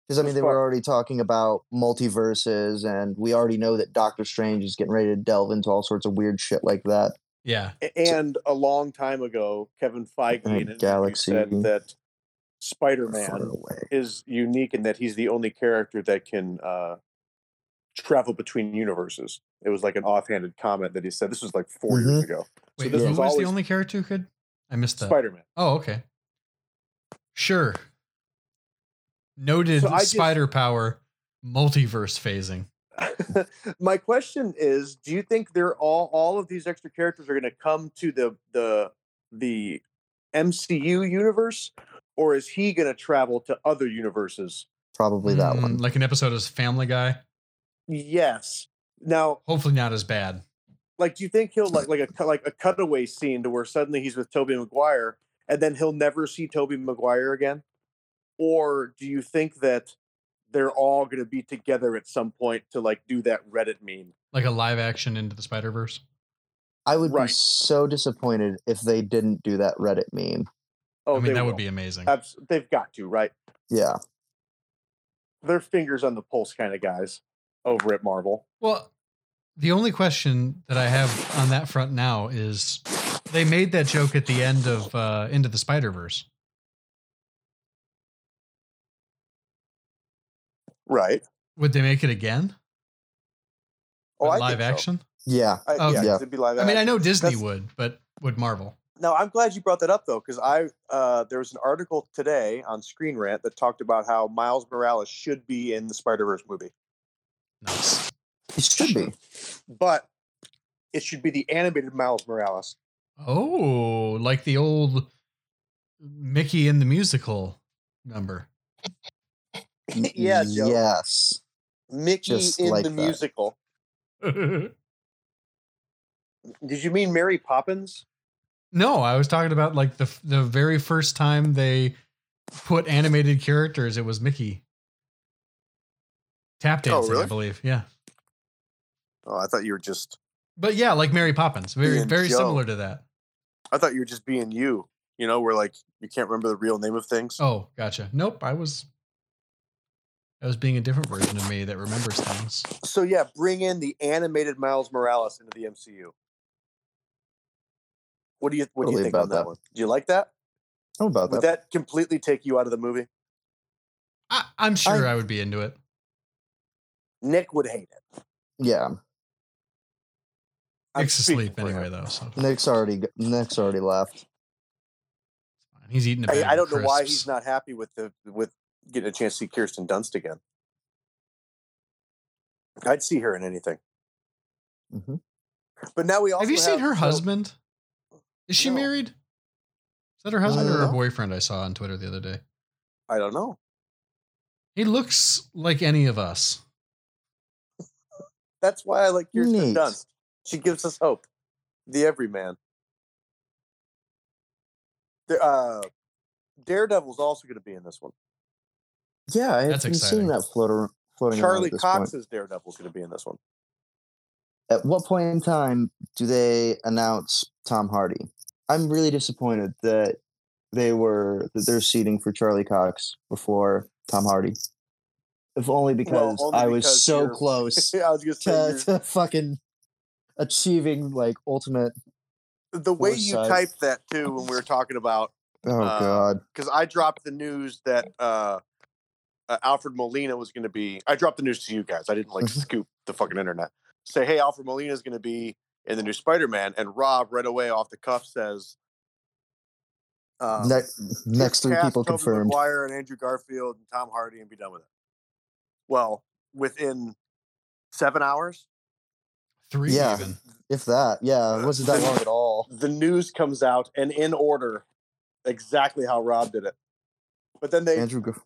S6: Because I mean, they
S3: Far-
S6: were already talking about multiverses, and we already know that Doctor Strange is getting ready to delve into all sorts of weird shit like that.
S4: Yeah.
S3: A- And a long time ago, Kevin Feige in an interview
S6: Galaxy.
S3: said that
S6: Far
S3: Spider-Man
S6: away.
S3: is unique in that he's the only character that can uh, travel between universes. It was like an offhanded comment that he said. This was like 4 years
S6: Mhm.
S3: ago.
S4: Wait,
S3: this
S4: who
S3: was
S4: was
S3: always-
S4: the only character who could? I missed that.
S3: Spider Man.
S4: Oh, okay. Sure. Noted
S3: So I just-
S4: spider power, multiverse phasing.
S3: My question is: Do you think they're all all of these extra characters are going to come to the the the MCU universe, or is he going to travel to other universes?
S6: Probably that
S4: Mm,
S6: one.
S4: Like an episode of Family Guy.
S3: Yes. Now,
S4: Hopefully not as bad.
S3: like, do you think he'll like like a cu- like a cutaway scene to where suddenly he's with Toby Maguire, and then he'll never see Toby Maguire again? Or do you think that they're all going to be together at some point to like do that Reddit meme?
S4: Like a live action into the Spider Verse.
S6: I would
S3: Right.
S6: be so disappointed if they didn't do that Reddit meme.
S3: Oh,
S4: I
S3: they
S4: mean, that
S3: will.
S4: would be amazing.
S3: Abs- they've got to, right?
S6: Yeah.
S3: They're fingers on the pulse kind of guys over at Marvel.
S4: Well, the only question that I have on that front now is they made that joke at the end of uh, Into the Spider Verse.
S3: Right.
S4: Would they make it again?
S3: Oh,
S4: But
S3: I
S4: live
S3: think so.
S4: action?
S6: Yeah.
S3: Oh, I,
S4: Okay.
S3: yeah,
S6: Yeah.
S3: it'd be live
S4: I mean, I
S3: action.
S4: know Disney
S3: That's-
S4: would, but would Marvel?
S3: now I'm glad you brought that up though, because I uh, there was an article today on Screen Rant that talked about how Miles Morales should be in the Spider Verse movie,
S4: Nice.
S6: It should be.
S3: but it should be the animated Miles Morales.
S4: Oh, like the old Mickey in the musical number.
S3: yeah, Joe.
S6: Yes.
S3: Mickey
S6: Just
S3: in
S6: like
S3: the
S6: that.
S3: musical.
S4: no,
S3: Did you mean Mary Poppins?
S4: I was talking about like the the very first time they put animated characters, it was Mickey. Tap
S3: Oh,
S4: dancing, I
S3: really?
S4: believe. Yeah.
S3: Oh, I thought you were just
S4: But yeah, like Mary Poppins. Very
S3: Ian
S4: very
S3: Joe.
S4: similar to that.
S3: I thought you were just being you. You know, where like you can't remember the real name of things.
S4: Oh, gotcha. Nope, I was I was being a different version of me that remembers things.
S3: So yeah, bring in the animated Miles Morales into the MCU. What do you what do you
S6: Totally
S3: think
S6: about
S3: on that,
S6: that.
S3: one? Do you like that?
S6: How about
S3: Would
S6: that?
S3: that completely take you out of the movie?
S4: I, I'm sure
S6: I-
S4: I would be into it.
S3: Nick would hate it.
S6: Yeah.
S3: I'm
S4: Nick's
S3: speaking
S4: asleep
S3: for him.
S4: anyway, though. So
S6: Nick's already g- Nick's already left.
S4: he's eating a bag
S3: I, I
S4: of
S3: don't know why
S4: crisps.
S3: he's not happy with the with getting a chance to see Kirsten Dunst again. I'd see her in anything.
S6: Mhm.
S3: But now we also
S4: Mm-hmm. Have you seen
S3: so-
S4: her husband? Is she
S3: No.
S4: married? Is that her husband
S6: Uh,
S4: or her
S3: no.
S4: boyfriend I saw on Twitter the other day?
S3: I don't know.
S4: He looks like any of us.
S3: That's why I like Kirsten
S6: Neat.
S3: Dunst. She gives us hope. The Everyman. There, uh, Daredevil's also going to be in this one.
S6: Yeah, I
S4: That's
S6: haven't
S4: exciting.
S6: seen that floater floating. around
S3: Charlie
S6: at this
S3: Cox's
S6: Point.
S3: Daredevil's going to be in this one.
S6: At what point in time do they announce Tom Hardy? I'm really disappointed that they were that they're seating for Charlie Cox before Tom Hardy. If only because
S3: only
S6: I was
S3: because
S6: so
S3: you're-
S6: close
S3: I was going to say,
S6: to,
S3: you're-
S6: to fucking achieving like ultimate.
S3: the way you
S6: foresight.
S3: typed that too when we were talking about
S6: Oh
S3: Uh,
S6: god.
S3: because I dropped the news that uh, uh, Alfred Molina was going to be. I dropped the news to you guys. I didn't like
S6: Mhm.
S3: scoop the fucking internet. Say, hey, Alfred Molina is going to be in the new Spider-Man, and Rob right away off the cuff says, uh,
S6: Ne- next
S3: "Just
S6: three
S3: cast
S6: people
S3: Tobey
S6: confirmed.
S3: Maguire and Andrew Garfield and Tom Hardy and be done with it." Well, within seven hours,
S4: Three
S6: Yeah.
S4: even.
S6: If that, yeah, it wasn't that long at all.
S3: the news comes out and in order, exactly how Rob did it. But then they
S6: Andrew, Gar-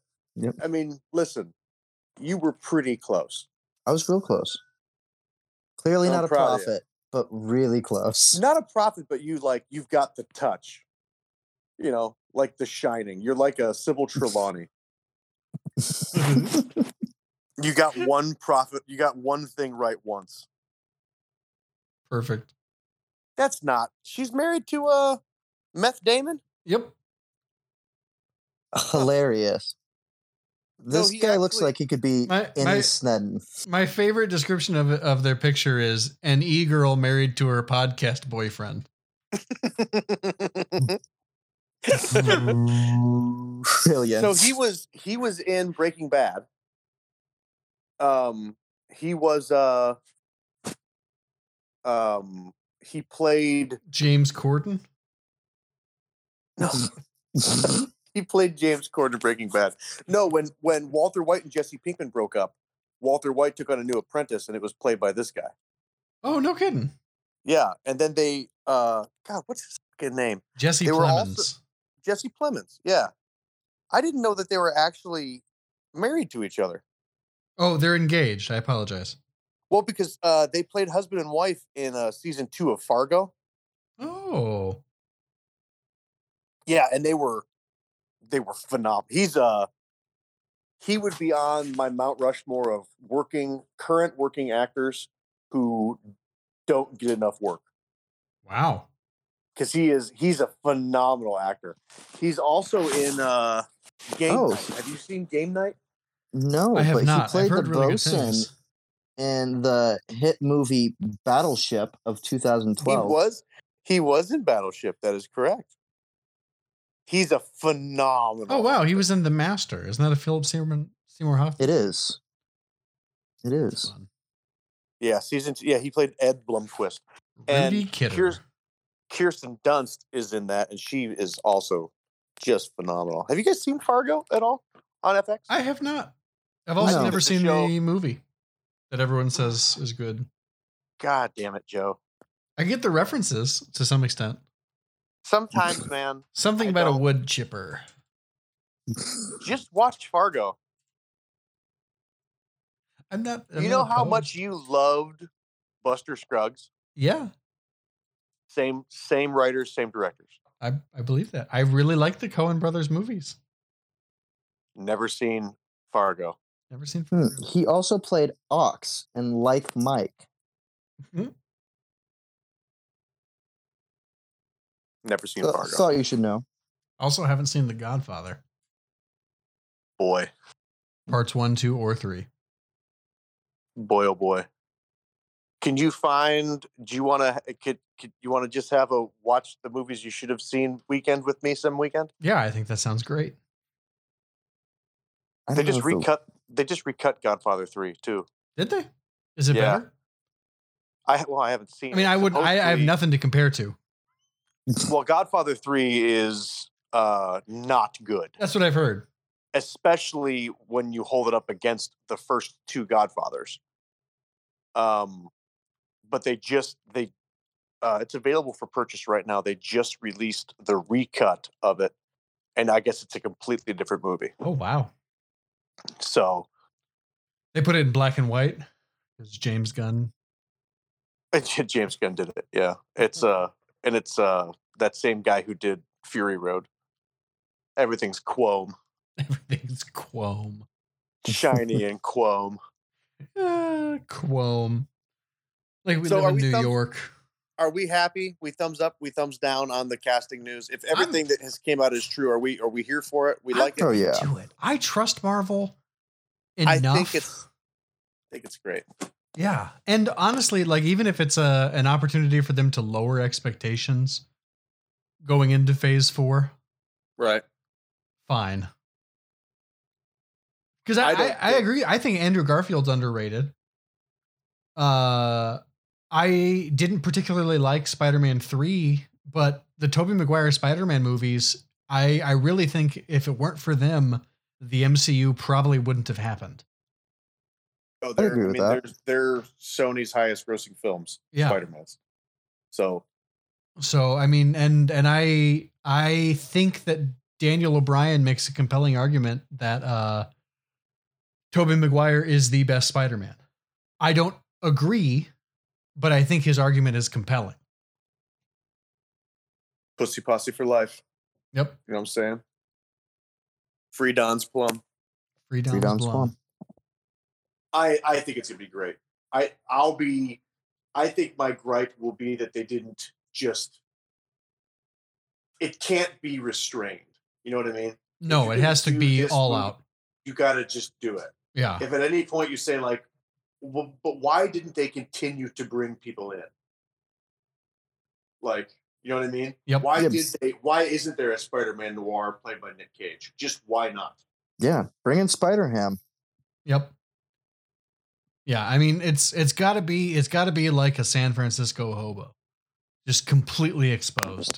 S3: I mean, listen, you were pretty close.
S6: I was real close. Clearly
S3: I'm
S6: not a
S3: proud of you.
S6: prophet, but really close.
S3: Not a prophet, but you like you've got the touch. You know, like the shining. You're like a Sybil Trelawney. mm-hmm. you got one prophet, you got one thing right once.
S4: Perfect.
S3: That's not. She's married to uh Meth Damon?
S4: Yep.
S6: Hilarious. This
S3: he
S6: guy looks
S3: actually-
S6: like he could be
S4: My-
S6: in
S4: my-
S6: Snedden.
S4: My favorite description of of their picture is an e girl married to her podcast boyfriend.
S6: Brilliant.
S3: So he was he was in Breaking Bad. Um he was uh um he played
S4: James Corden.
S3: he played James Corden in Breaking Bad. No, when when Walter White and Jesse Pinkman broke up, Walter White took on a new apprentice, and it was played by this guy.
S4: Oh no, kidding.
S3: Yeah, and then they, uh God, what's his fucking name?
S4: Jesse
S3: They were also-
S4: Plemons.
S3: Jesse Plemons. Yeah, I didn't know that they were actually married to each other.
S4: oh, they're engaged. I apologize.
S3: Well, because uh, they played husband and wife in uh, season two of Fargo.
S4: Oh,
S3: Yeah, and they were they were phenomenal. He's uh he would be on my Mount Rushmore of working current working actors who don't get enough work
S4: wow.
S3: because he is he's a phenomenal actor. He's also in uh Game
S6: Oh.
S3: Night. Have you seen Game Night?
S6: no,
S4: I have
S6: but
S4: not.
S6: he
S4: I've
S6: played
S4: heard
S6: the
S4: really good
S6: bosun
S4: things.
S6: in the hit movie Battleship of 2012.
S3: He was he was in Battleship. That is correct. He's a phenomenal.
S4: Oh wow, he
S3: actor.
S4: was in The Master. Isn't that a Philip Seymour Seymour Hoffman?
S6: It is. It is.
S4: Fun.
S3: yeah season two, yeah he played Ed Blumquist. And
S4: Rudy Kidder.
S3: here's- Kirsten Dunst is in that, and she is also just phenomenal. Have you guys seen Fargo at all on FX?
S4: I have not. I've also
S6: No.
S4: never
S3: It's a
S4: seen
S3: show-
S4: the movie that everyone says is good.
S3: God damn it, Joe.
S4: I get the references to some extent.
S3: Sometimes, man,
S4: Something
S3: I
S4: about a
S3: don't.
S4: wood chipper.
S3: just watch Fargo.
S4: I'm not. I'm
S3: you
S4: not
S3: know how much
S4: opposed.
S3: you loved Buster Scruggs?
S4: Yeah,
S3: Same same writers, same directors.
S4: I I believe that. I really like the Cohen brothers movies.
S3: Never seen Fargo.
S4: Never seen.
S6: Hmm,
S4: Fargo.
S6: He also played Ox and Like Mike.
S3: Never seen
S6: Th-
S3: Fargo.
S6: thought you should know.
S4: Also, haven't seen The Godfather
S3: Boy,
S4: parts one, two, or three.
S3: boy, oh boy. Can you find? Do you want to? Could, could you want to just have a watch the movies you should have seen weekend with me some weekend?
S4: Yeah, I think that sounds great.
S6: I
S3: They
S6: don't know
S3: just
S6: if the-
S3: recut. They just recut Godfather three too.
S4: Did they? Is it
S3: Yeah.
S4: better?
S3: I well, I haven't seen.
S4: I mean,
S3: it.
S4: I would. I, I have
S3: Supposedly-
S4: nothing to compare to.
S3: Well, Godfather three is uh not good,
S4: That's what I've heard.
S3: especially when you hold it up against the first two Godfathers. Um, but they just they uh, it's available for purchase right now. They just released the recut of it, and I guess it's a completely different movie.
S4: Oh wow,
S3: So
S4: they put it in black and white. It's James Gunn.
S3: James Gunn did it. Yeah, it's uh, and it's uh that same guy who did Fury Road. Everything's Quome,
S4: Everything's Quome.
S3: shiny and Quome.
S4: Uh, Quome. Like we
S3: So
S4: live
S3: are
S4: in
S3: we
S4: New
S3: thumb-
S4: York.
S3: are we happy? We thumbs up, we thumbs down on the casting news. If everything that has came out is true, are we are we here for it? We
S4: I'm-
S3: like it.
S6: Oh
S3: I
S6: yeah.
S4: Do it. I trust Marvel
S3: I
S4: enough.
S3: think it's- think it's great.
S4: yeah, and honestly, like even if it's a an opportunity for them to lower expectations going into Phase Four,
S3: Right.
S4: fine. Because I,
S3: I
S4: I,
S3: don't
S4: I,
S3: think-
S4: agree. I think Andrew Garfield's underrated. Uh, I didn't particularly like Spider-Man three, but the Tobey Maguire Spider-Man movies, I, I really think if it weren't for them, the MCU probably wouldn't have happened.
S3: Oh, they're, I,
S6: agree with
S3: mean,
S6: that.
S3: They're, they're Sony's highest grossing films,
S4: Yeah.
S3: Spider Man's. So
S4: So I mean, and and I I think that Daniel O'Brien makes a compelling argument that uh Toby Maguire is the best Spider-Man. I don't agree, but I think his argument is compelling.
S3: Pussy Posse for life.
S4: Yep.
S3: You know what I'm saying? Free Don's Plum.
S4: Free
S6: Three
S4: down
S6: Downs Plum.
S3: I, I think it's gonna be great. I I'll be I think my gripe will be that they didn't just it can't be restrained. You know what I mean?
S4: No,
S3: You
S4: it
S3: didn't
S4: has to
S3: do
S4: be
S3: this
S4: all
S3: movie.
S4: out.
S3: You gotta just do it.
S4: Yeah.
S3: if at any point you say like well, but why didn't they continue to bring people in like you know what i mean
S4: Yep.
S3: why
S6: Yeah.
S3: did they why isn't there a spider-man noir played by nick cage just why not
S6: Yeah. Bring in Spider Ham.
S4: Yep. Yeah, I mean it's it's got to be it's got to be like a San Francisco hobo. Just completely exposed.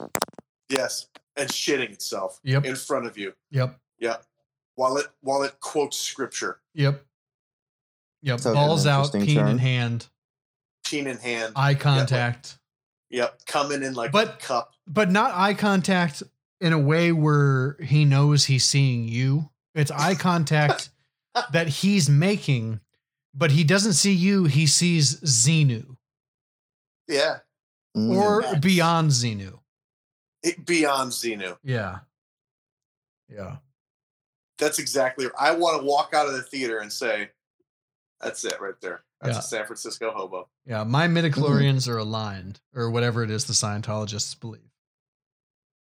S3: yes and shitting itself
S4: Yep.
S3: in front of you
S4: Yep.
S3: yeah while it while it quotes scripture
S4: Yep. Yep.
S6: Sounds an
S4: Balls out,
S6: interesting
S4: peen in
S6: turn.
S4: hand.
S3: teen in hand
S4: eye contact,
S3: yep coming in like
S4: Uh But-
S3: a cup
S4: but not eye contact in a way where he knows he's seeing you. It's eye contact that he's making, but he doesn't see you. He sees Xenu
S3: yeah
S6: Mm.
S4: or
S3: Nice.
S4: beyond Xenu.
S3: it, beyond xenu
S4: Yeah. Yeah.
S3: that's exactly i want to walk out of the theater and say that's it right there that's
S4: Yeah.
S3: a san francisco hobo
S4: Yeah. My midichlorians
S6: Mm-hmm.
S4: are aligned or whatever it is the Scientologists believe.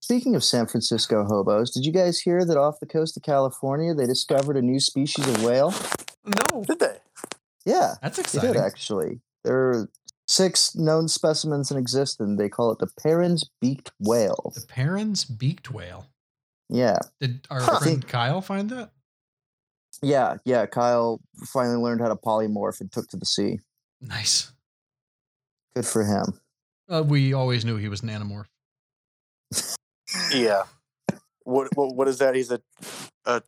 S6: Speaking of San Francisco hobos, did you guys hear that off the coast of California they discovered a new species of whale?
S4: No.
S3: did they
S6: Yeah,
S4: That's
S6: they did
S4: exciting.
S6: actually. There are six known specimens in existence. They call it the Perrin's beaked whale.
S4: The parents beaked whale.
S6: Yeah,
S4: Did our
S6: Huh.
S4: friend Kyle find that?
S6: yeah, yeah. Kyle finally learned how to polymorph and took to the sea.
S4: Nice.
S6: Good for him.
S4: Uh, we always knew he was an animorph.
S3: Yeah. What, what what is that? He's a a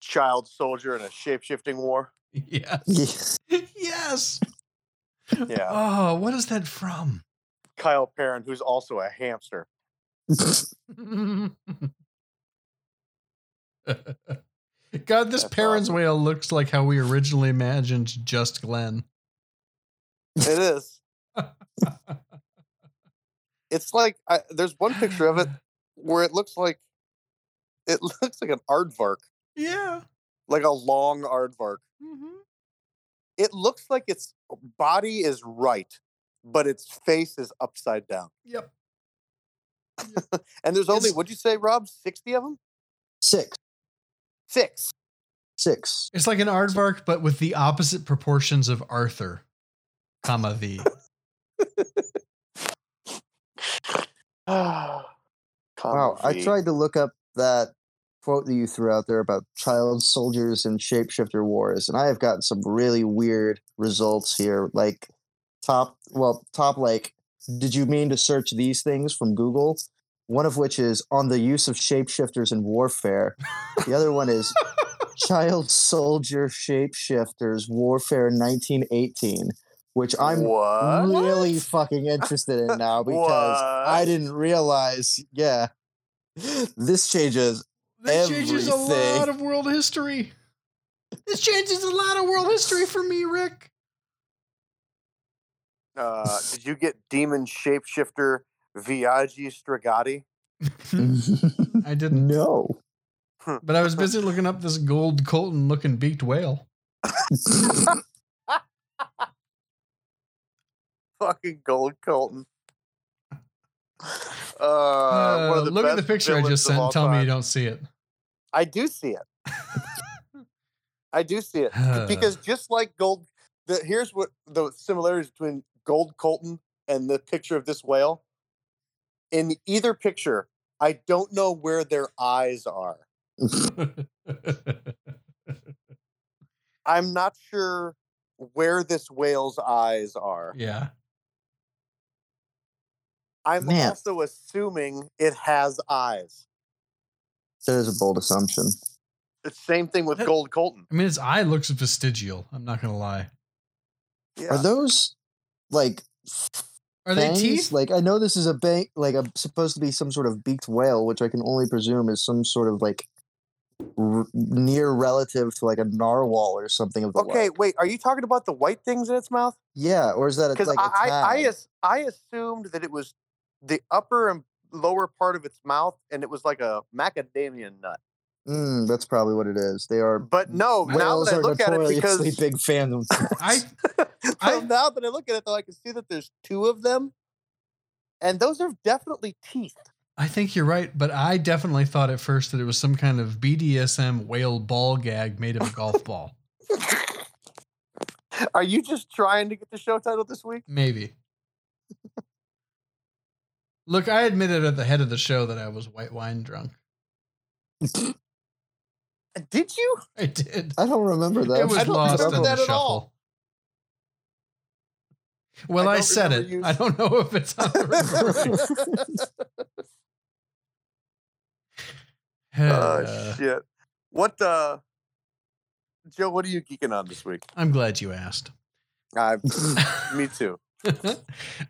S3: child soldier in a shape shifting war.
S4: Yes. yes.
S3: Yeah.
S4: Oh, what is that from?
S3: Kyle Perrin, who's also a hamster.
S4: God, this
S3: That's
S4: Perrin's
S3: awesome.
S4: whale looks like how we originally imagined just Glenn.
S3: It is. It's like I, there's one picture of it where it looks like it looks like an aardvark,
S4: Yeah. Mm-hmm.
S3: like a long aardvark. It looks like its uh, body is right, but its face is upside down.
S4: Yep.
S3: And there's only
S4: It's-
S3: what'd you say, Rob? Sixty of them?
S6: Six.
S3: Six.
S6: Six.
S4: It's like an aardvark, but with the opposite proportions of Arthur, comma the. Ah,
S6: Wow. I tried to look up that quote that you threw out there about child soldiers and shapeshifter wars, and I have gotten some really weird results here. Like top, well, top like, did you mean to search these things from Google? One of which is on the use of shapeshifters in warfare. The other one is child soldier shapeshifters warfare 1918, which I'm
S3: What?
S6: really fucking interested in now because I
S3: What?
S6: didn't realize. Yeah, this changes.
S4: This changes a
S6: Everything.
S4: lot of world history. This changes a lot of world history for me, Rick.
S3: Uh, did you get Demon Shapeshifter Viaggi Strigati?
S4: I didn't,
S6: no.
S4: but I was busy looking up this gold Colton looking beaked whale.
S3: Fucking Gold Colton. Uh, one
S4: Uh,
S3: of the
S4: look at the
S3: best
S4: picture I
S3: villains
S4: just
S3: of
S4: sent.
S3: all
S4: and Tell me you
S3: time.
S4: don't see it.
S3: I do see it. I do see it because just like Gold, the, here's what the similarities between Gold Colton and the picture of this whale. In either picture, I don't know where their eyes are. I'm not sure where this whale's eyes are.
S4: yeah.
S3: I'm
S6: Man.
S3: also assuming it has eyes.
S6: That is a bold assumption.
S3: It's same thing with
S4: That-
S3: Gold Colton.
S4: I mean, its eye looks vestigial. I'm not going to lie.
S6: Are those like
S4: Are they
S6: fangs?
S4: teeth?
S6: Like I know this is a bank, like a supposed to be some sort of beaked whale, which I can only presume is some sort of like r- near relative to like a narwhal or something of the
S3: Okay,
S6: like.
S3: wait. Are you talking about the white things in its mouth?
S6: Yeah, or is that a,
S3: Because
S6: like a
S3: I, I, I,
S6: tag?
S3: as- I assumed that it was the upper and lower part of its mouth, and it was like a macadamia nut.
S6: Mm, that's probably what it is. They are
S3: But no, now
S6: whales
S3: that I
S6: are
S3: look at it,
S6: notoriously
S3: because
S6: big fans of
S4: I I-
S3: so now that I look at it, though, I can see that there's two of them, and those are definitely teeth.
S4: I think you're right, but I definitely thought at first that it was some kind of BDSM whale ball gag made of a golf ball.
S3: Are you just trying to get the show title this week?
S4: Maybe. Look, I admitted at the head of the show that I was white wine drunk.
S3: Did you?
S4: I did.
S6: I don't remember that.
S4: it was
S3: I don't
S4: lost
S3: remember
S4: in the
S3: that at
S4: shuffle.
S3: all.
S4: Well,
S3: I
S4: I,
S3: don't
S4: said it.
S3: remember you-
S4: I don't know if it's on the recording.
S3: Oh
S4: Uh,
S3: shit! What uh, Joe? What are you geeking on this week?
S4: I'm glad you asked.
S3: I, me too.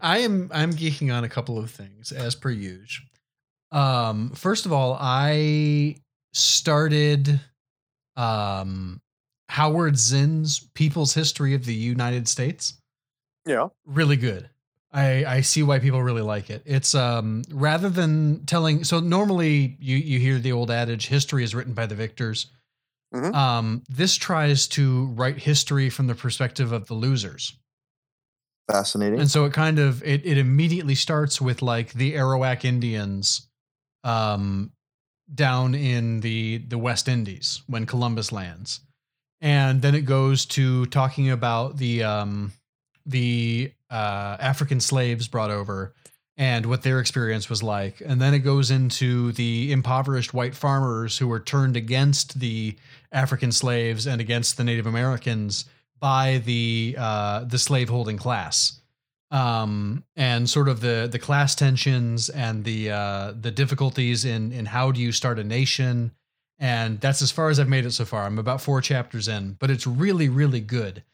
S4: I am I'm geeking on a couple of things as per usual. Um, first of all, I started um, Howard Zinn's People's History of the United States
S3: Yeah.
S4: really good. I, I see why people really like it. It's um rather than telling so normally you you hear the old adage history is written by the victors.
S3: Mhm.
S4: Um this tries to write history from the perspective of the losers.
S6: fascinating.
S4: And so it kind of it it immediately starts with like the Arawak Indians um down in the the West Indies when Columbus lands. And then it goes to talking about the um the uh African slaves brought over and what their experience was like. And then it goes into the impoverished white farmers who were turned against the African slaves and against the Native Americans by the uh the slaveholding class um, and sort of the the class tensions and the uh, the difficulties in in how do you start a nation. And that's as far as I've made it so far. I'm about four chapters in, but it's really really good.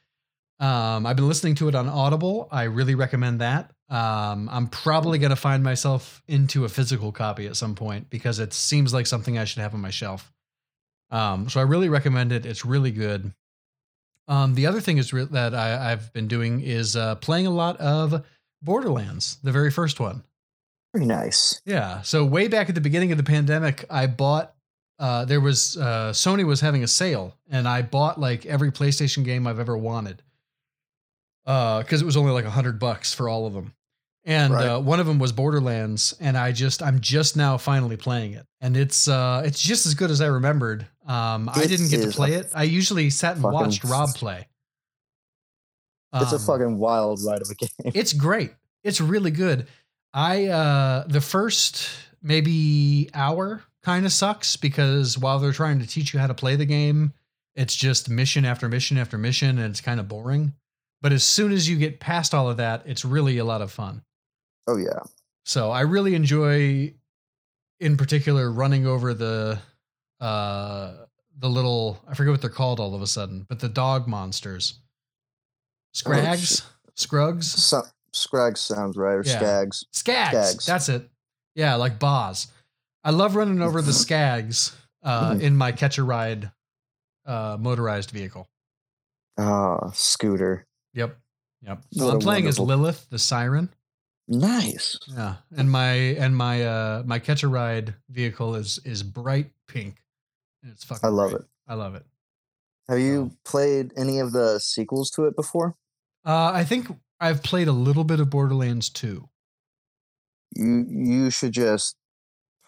S4: Um, I've been listening to it on Audible. I really recommend that. Um, I'm probably going to find myself into a physical copy at some point because it seems like something I should have on my shelf. Um, so I really recommend it. It's really good. Um, the other thing is re- that I, I've been doing is uh, playing a lot of Borderlands, the very first one.
S6: Very nice.
S4: Yeah. So way back at the beginning of the pandemic, I bought. Uh, there was uh, Sony was having a sale, and I bought like every PlayStation game I've ever wanted. Because it was only like a hundred bucks for all of them, and
S3: Right.
S4: uh, one of them was Borderlands, and I just I'm just now finally playing it, and it's uh, it's just as good as I remembered. Um, I
S6: It
S4: didn't get to
S6: is a
S4: play it. I usually sat and
S6: fucking-
S4: watched Rob play.
S6: it's a
S4: Um,
S6: fucking wild ride of a game.
S4: it's great. It's really good. I uh the first maybe hour kind of sucks because while they're trying to teach you how to play the game, it's just mission after mission after mission and it's kind of boring. But as soon as you get past all of that, it's really a lot of fun.
S6: Oh yeah.
S4: So I really enjoy in particular running over the uh the little I forget what they're called all of a sudden, but the dog monsters. Scrags, Scrugs.
S6: So, Scraggs sounds right, or
S4: Yeah.
S6: Skags.
S4: Skags.
S6: Skags.
S4: That's it. Yeah, like Boz. I love running over the Skags uh, in my catch a ride uh, motorized vehicle.
S6: Ah, Scooter.
S4: Yep. Yep.
S6: What
S4: So
S6: a
S4: I'm playing as
S6: wonderful-
S4: Lilith, the siren.
S6: Nice.
S4: Yeah. And my and my uh my catch a ride vehicle is is bright pink. And it's fucking
S6: I love
S4: great.
S6: it.
S4: I love it.
S6: Have
S4: Um,
S6: you played any of the sequels to it before?
S4: Uh I think I've played a little bit of Borderlands 2.
S6: You you should just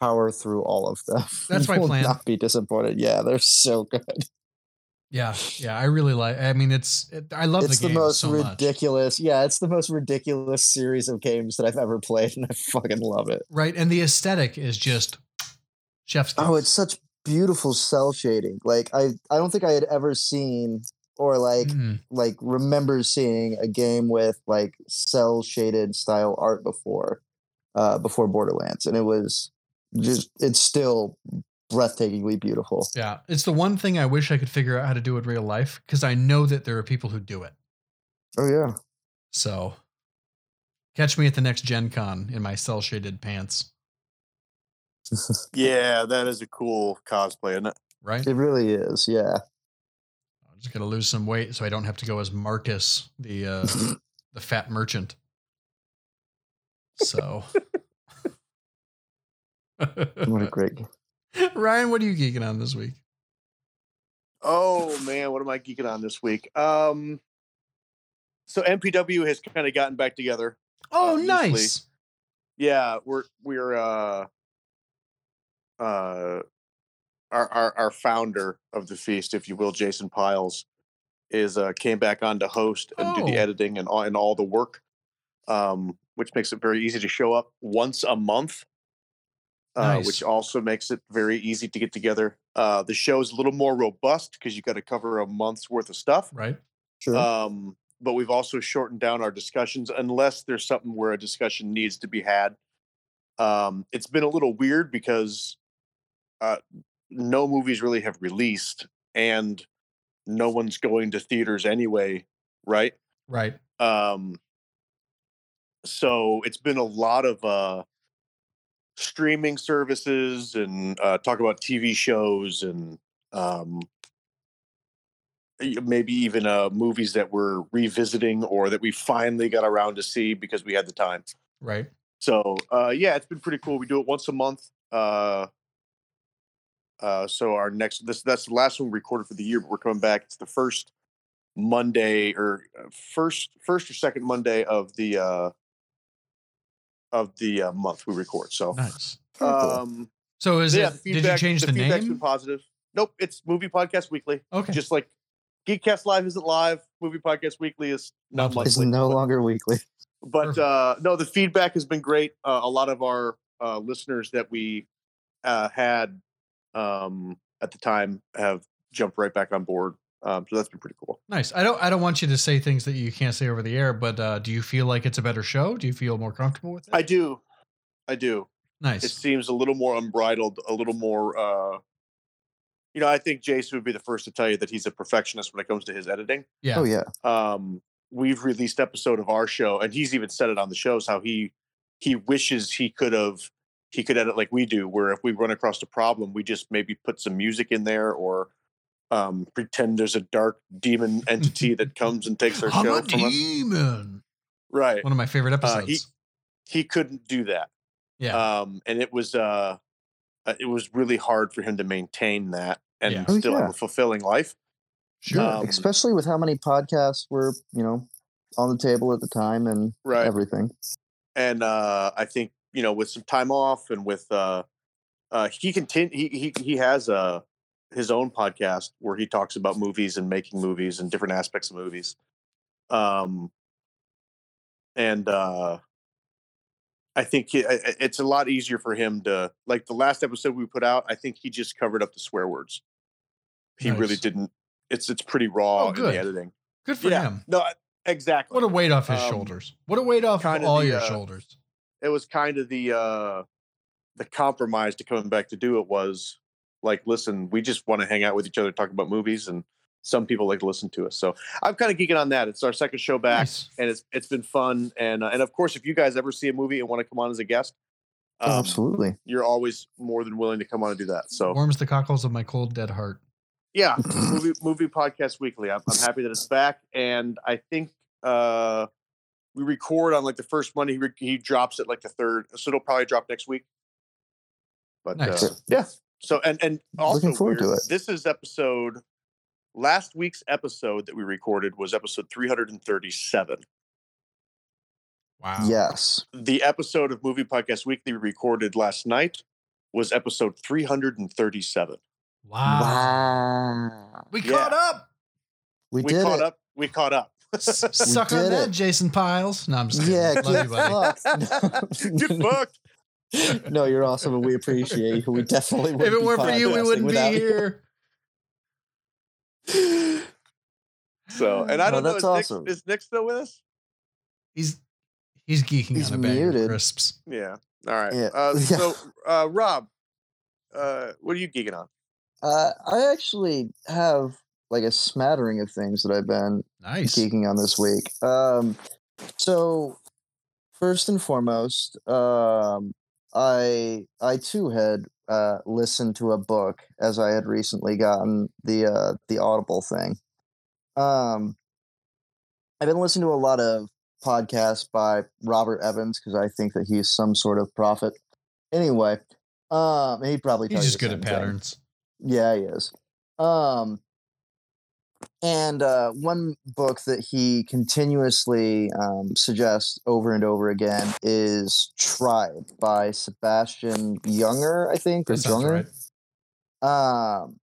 S6: power through all of them.
S4: That's
S6: You
S4: my
S6: will
S4: plan.
S6: Not be disappointed. Yeah, they're so good.
S4: Yeah. Yeah, I really like I mean it's it, I love
S6: it's
S4: the
S6: the,
S4: game
S6: most
S4: so much.
S6: ridiculous. Yeah, it's the most ridiculous series of games that I've ever played, and I fucking love it.
S4: Right? And the aesthetic is just chef's kiss.
S6: Oh, it's such beautiful cell shading. Like I, I don't think I had ever seen or like
S4: Mm.
S6: like remember seeing a game with like cell shaded style art before uh before Borderlands and it was just it's still breathtakingly beautiful.
S4: Yeah, it's the one thing I wish I could figure out how to do in real life because I know that there are people who do it.
S6: Oh yeah.
S4: So, catch me at the next Gen Con in my cell shaded pants,
S3: Yeah, that is a cool cosplay, isn't it?
S4: right?
S6: It really is. Yeah.
S4: I'm just gonna lose some weight so I don't have to go as Marcus, the uh, the fat merchant. So,
S6: what a great game.
S4: Ryan, what are you geeking on this week?
S3: Oh man, what am I geeking on this week? Um, so MPW has kind of gotten back together.
S4: Oh,
S3: Obviously.
S4: nice.
S3: Yeah, we're we're uh uh our our, our founder of the feast, if you will, Jason Piles, is uh came back on to host and do the
S4: Oh.
S3: editing and all and all the work. Um, which makes it very easy to show up once a month. uh,
S4: Nice.
S3: which also makes it very easy to get together. Uh, the show is a little more robust because you got to cover a month's worth of stuff.
S4: Right.
S6: Sure.
S3: Um, but we've also shortened down our discussions unless there's something where a discussion needs to be had. Um, it's been a little weird because uh, no movies really have released and no one's going to theaters anyway, right?
S4: Right.
S3: um so it's been a lot of uh streaming services and uh talk about tv shows and um y- maybe even uh movies that we're revisiting or that we finally got around to see because we had the time
S4: Right.
S3: so uh, yeah, it's been pretty cool. We do it once a month. Uh, uh, so our next this that's the last one we recorded for the year, but we're coming back. It's the first Monday or uh, first first or second Monday of the uh, of the uh, month we record. So
S4: Nice.
S6: Very cool.
S3: um,
S4: So, is
S3: yeah,
S4: it? did you change the,
S3: feedback's Been
S4: name?
S3: positive. Nope, it's Movie Podcast Weekly.
S4: Okay.
S3: Just like Geekcast Live isn't live. Movie Podcast Weekly is not
S4: Lovely.
S3: monthly
S6: it's no
S3: but-
S6: longer weekly.
S3: but
S4: Perfect.
S3: uh, no, the feedback has been great. Uh, a lot of our uh, listeners that we uh, had um, at the time have jumped right back on board. Um, so that's been pretty cool.
S4: Nice. I don't. I don't want you to say things that you can't say over the air. But uh, do you feel like it's a better show? Do you feel more comfortable with it?
S3: I do, I do.
S4: nice.
S3: It seems a little more unbridled, a little more. Uh, you know, I think Jason would be the first to tell you that he's a perfectionist when it comes to his editing.
S4: yeah.
S6: Oh yeah.
S3: Um, we've released episode of our show, and he's even said it on the shows how he he wishes he could have he could edit like we do, where if we run across a problem, we just maybe put some music in there or um, pretend there's a dark demon entity that comes and takes our
S4: I'm
S3: show
S4: a
S3: from us.
S4: demon.
S3: Right.
S4: One of my favorite
S3: Uh,
S4: episodes.
S3: he- he couldn't do that
S4: yeah.
S3: um and it was uh uh, it was really hard for him to maintain that and
S4: Yeah.
S6: Oh,
S3: still have
S6: yeah.
S3: a fulfilling life
S6: Sure.
S3: Um,
S6: Especially with how many podcasts were, you know, on the table at the time and
S3: right
S6: everything.
S3: and uh i think you know with some time off and with uh uh he continue he, he he has uh his own podcast where he talks about movies and making movies and different aspects of movies um and uh i think he, I- I- it's a lot easier for him to like the last episode we put out i think he just covered up the swear words he really
S4: Nice.
S3: didn't it's it's pretty raw
S4: Oh,
S3: in
S4: good.
S3: the editing
S4: Good for
S3: yeah.
S4: him.
S3: no I- exactly
S4: What a weight off his
S3: Um,
S4: shoulders. What a weight off of
S3: kinda
S4: all
S3: the,
S4: your
S3: uh,
S4: shoulders.
S3: it was kind of the uh the compromise to coming back to do it was like listen we just want to hang out with each other talk about movies and some people like to listen to us so i'm kind of geeking on that it's our second show back
S4: Nice.
S3: and it's it's been fun and uh, and of course if you guys ever see a movie and want to come on as a guest
S6: Oh,
S3: um,
S6: Absolutely.
S3: you're always more than willing to come on and do that so
S4: warms the cockles of my cold dead heart.
S3: yeah movie movie podcast weekly I'm, I'm happy that it's back and i think uh we record on like the first monday he, re- he drops it like the third so it'll probably drop next week but
S4: Nice.
S3: uh, yeah so and and also
S6: Looking forward to
S3: weird,
S6: it.
S3: this is episode last week's episode that we recorded was episode 337
S4: Wow.
S6: Yes.
S3: the episode of movie podcast weekly we recorded last night was episode 337
S4: Wow.
S6: wow.
S4: We
S3: Yeah.
S4: caught up.
S6: We,
S3: we
S6: did
S3: caught
S6: it.
S3: up we caught up
S4: S- Suck
S6: did
S4: on that,
S6: it.
S4: Jason Piles. No, I'm just kidding.
S6: Yeah,
S4: Love
S6: get
S4: you, buddy.
S6: fucked.
S3: Get fucked.
S6: no, you're awesome, and we appreciate you. We definitely.
S4: If
S6: wouldn't
S4: it
S6: be
S4: weren't for you, we
S6: podcasting
S4: wouldn't be
S6: without you.
S4: here.
S3: So, and I
S6: No,
S3: don't know.
S6: that's
S3: is,
S6: awesome.
S3: Nick, is Nick still with us?
S4: He's he's geeking
S6: He's
S4: on a bag of
S6: muted.
S4: crisps.
S3: Yeah. All right.
S6: Yeah.
S3: Uh,
S6: Yeah.
S3: So, uh, Rob, uh, what are you geeking on?
S6: Uh, I actually have like a smattering of things that I've been
S4: Nice.
S6: geeking on this week. Um, so first and foremost, um, I I too had uh, listened to a book as I had recently gotten the uh, the Audible thing. Um, I've been listening to a lot of podcasts by Robert Evans because I think that he's some sort of prophet. Anyway, um, he'd probably tell
S4: He's
S6: you
S4: just
S6: the
S4: good at
S6: same thing.
S4: patterns.
S6: Yeah, he is. Um, and uh, one book that he continuously um, suggests over and over again is Tribe by Sebastian Younger, I think, or
S4: That sounds
S6: Junger.
S4: right.
S6: Um,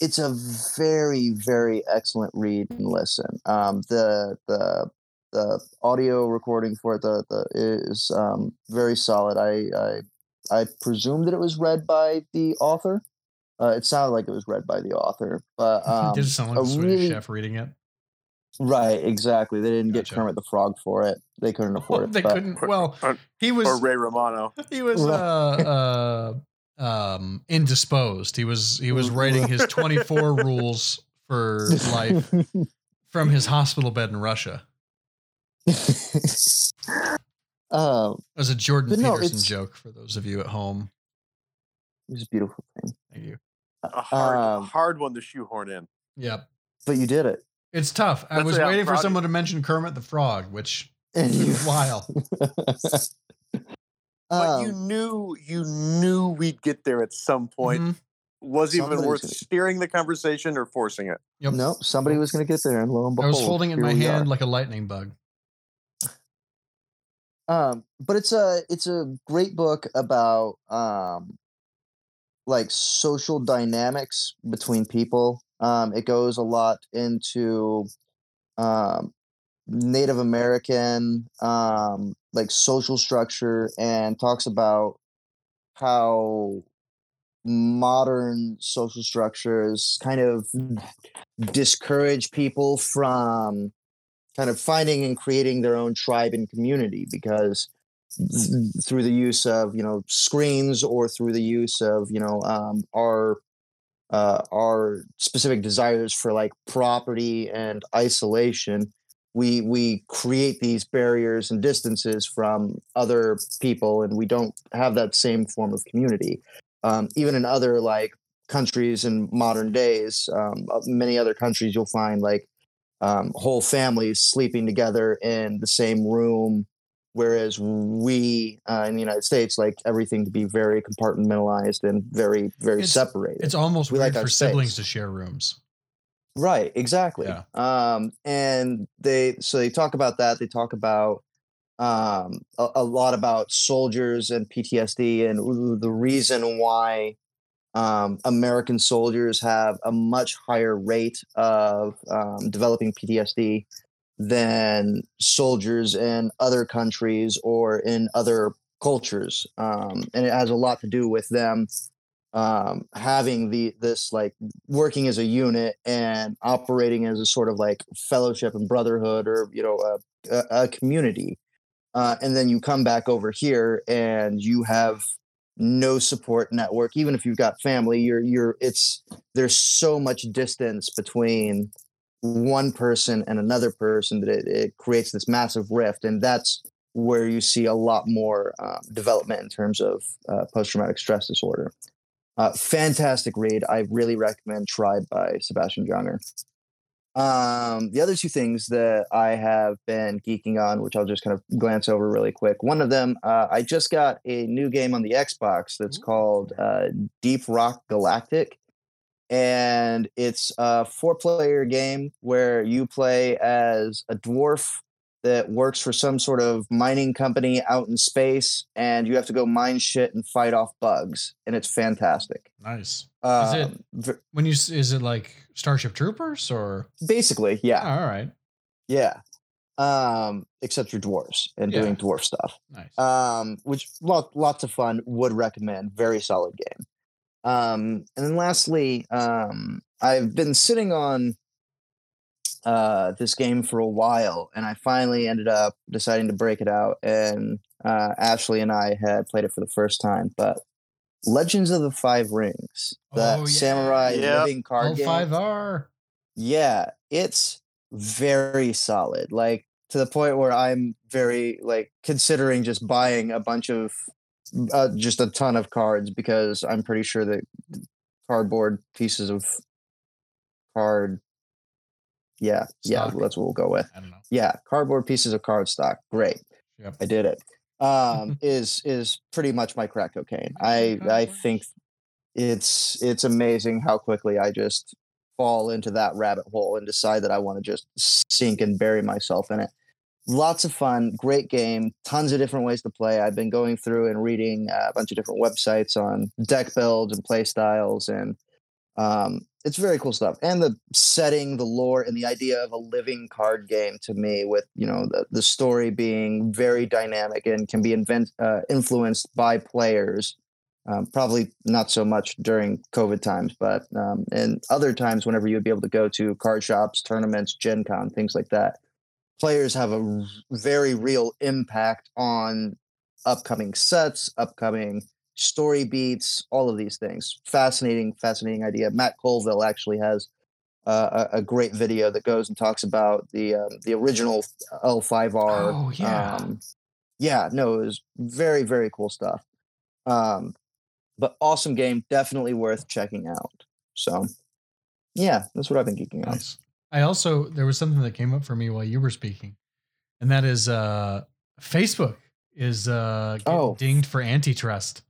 S6: it's a very, very excellent read and listen. Um, the the the audio recording for it the, the is um, very solid. I, I I presume that it was read by the author. Uh, it sounded like it was read by the author, but um,
S4: Did it sound like
S6: a
S4: a Swedish
S6: really-
S4: chef reading it?
S6: right, exactly. They didn't
S4: Gotcha.
S6: get Kermit the Frog for it. They couldn't afford it.
S4: they
S6: but-
S4: couldn't. Well,
S3: Or-
S4: he was
S3: Or Ray Romano?
S4: he was uh, uh, um, indisposed. He was he was writing his 24 rules for life from his hospital bed in Russia.
S6: um,
S4: That was a Jordan
S6: But no,
S4: Peterson
S6: it's-
S4: joke for those of you at home.
S6: it was a beautiful thing,
S4: Thank you.
S3: A hard, a
S6: Um,
S3: hard one to shoehorn in.
S4: Yep,
S6: but you did it.
S4: it's tough. I
S3: Let's
S4: was
S3: say I'm
S4: waiting for
S3: proud of
S4: someone
S3: you.
S4: to mention Kermit the Frog, which
S6: And
S4: took a
S6: you-
S4: while.
S3: But you
S6: Um,
S3: knew, you knew we'd get there at some point.
S4: Mhm.
S3: Was even
S6: Somebody's
S3: worth
S6: gonna-
S3: steering the conversation or forcing it.
S4: Yep.
S6: No, somebody was going to get there, and lo and
S4: I
S6: behold,
S4: was holding it in my
S6: here we are.
S4: hand like a lightning bug.
S6: um but it's a it's a great book about um like social dynamics between people um it goes a lot into um native american um like social structure and talks about how modern social structures kind of discourage people from kind of finding and creating their own tribe and community because th- through the use of you know screens or through the use of you know um, our uh, our specific desires for like property and isolation we we create these barriers and distances from other people and we don't have that same form of community um, even in other like countries in modern days um, of many other countries you'll find like um, whole families sleeping together in the same room whereas we uh, in the united states like everything to be very compartmentalized and very very
S4: It's-
S6: separated
S4: It's almost
S6: We
S4: weird
S6: like our
S4: for siblings
S6: space.
S4: to share rooms.
S6: Right, exactly.
S4: Yeah.
S6: Um, and they so they talk about that. They talk about um, a, a lot about soldiers and PTSD and w- the reason why um, American soldiers have a much higher rate of um, developing PTSD than soldiers in other countries or in other cultures. Um, and it has a lot to do with them um, having the this like working as a unit and operating as a sort of like fellowship and brotherhood or you know a, a, a community uh, and then you come back over here and you have no support network even if you've got family you're you're it's there's so much distance between one person and another person that it, it creates this massive rift and that's where you see a lot more um, development in terms of uh, post-traumatic stress disorder uh, fantastic read. I really recommend Tribe by Sebastian Junger. Um, the other two things that I have been geeking on, which I'll just kind of glance over really quick. One of them, uh, I just got a new game on the Xbox that's called uh, Deep Rock Galactic. And it's a four player game where you play as a dwarf that works for some sort of mining company out in space, and you have to go mine shit and fight off bugs. And it's fantastic.
S4: Nice. Is it-
S6: Um, v-
S4: When you s- is it like Starship Troopers or?
S6: basically, yeah,
S4: Oh, all right.
S6: yeah. Um, except for dwarves and
S4: Yeah.
S6: doing dwarf stuff.
S4: Nice.
S6: Um, which lot, lots of fun. Would recommend. Very solid game. Um, and then lastly, um, I've been sitting on uh, this game for a while, and I finally ended up deciding to break it out. And uh, Ashley and I had played it for the first time, but Legends of the Five Rings, that
S4: Oh, yeah.
S6: samurai
S3: Yep.
S6: living card
S4: All
S6: game.
S4: five are.
S6: yeah it's very solid like to the point where i'm very like considering just buying a bunch of uh, just a ton of cards because i'm pretty sure that cardboard pieces of card yeah yeah
S4: Stock.
S6: that's what we'll go with
S4: I don't know.
S6: yeah cardboard pieces of card stock great
S4: Yep.
S6: I did it. Um, is is pretty much my crack cocaine. I
S4: Amazing how
S6: I
S4: it works.
S6: think it's it's amazing how quickly I just fall into that rabbit hole and decide that I want to just sink and bury myself in it. Lots of fun, great game, tons of different ways to play. I've been going through and reading uh, a bunch of different websites on deck builds and play styles, and um, it's very cool stuff. And the setting, the lore, and the idea of a living card game to me, with you know the, the story being very dynamic and can be invent, uh, influenced by players. Um, probably not so much during COVID times, but um, and other times whenever you'd be able to go to card shops, tournaments, Gen Con, things like that. Players have a r- very real impact on upcoming sets, upcoming story beats, all of these things. Fascinating, fascinating idea. Matt Colville actually has uh, a, a great video that goes and talks about the um, the original L5R.
S4: Oh, yeah.
S6: Um, yeah, no, it was very very cool stuff. Um, but awesome game, definitely worth checking out. So, yeah, that's what I've been geeking on.
S4: Nice. I also there was something that came up for me while you were speaking, and that is uh Facebook is uh getting
S6: Oh.
S4: dinged for antitrust.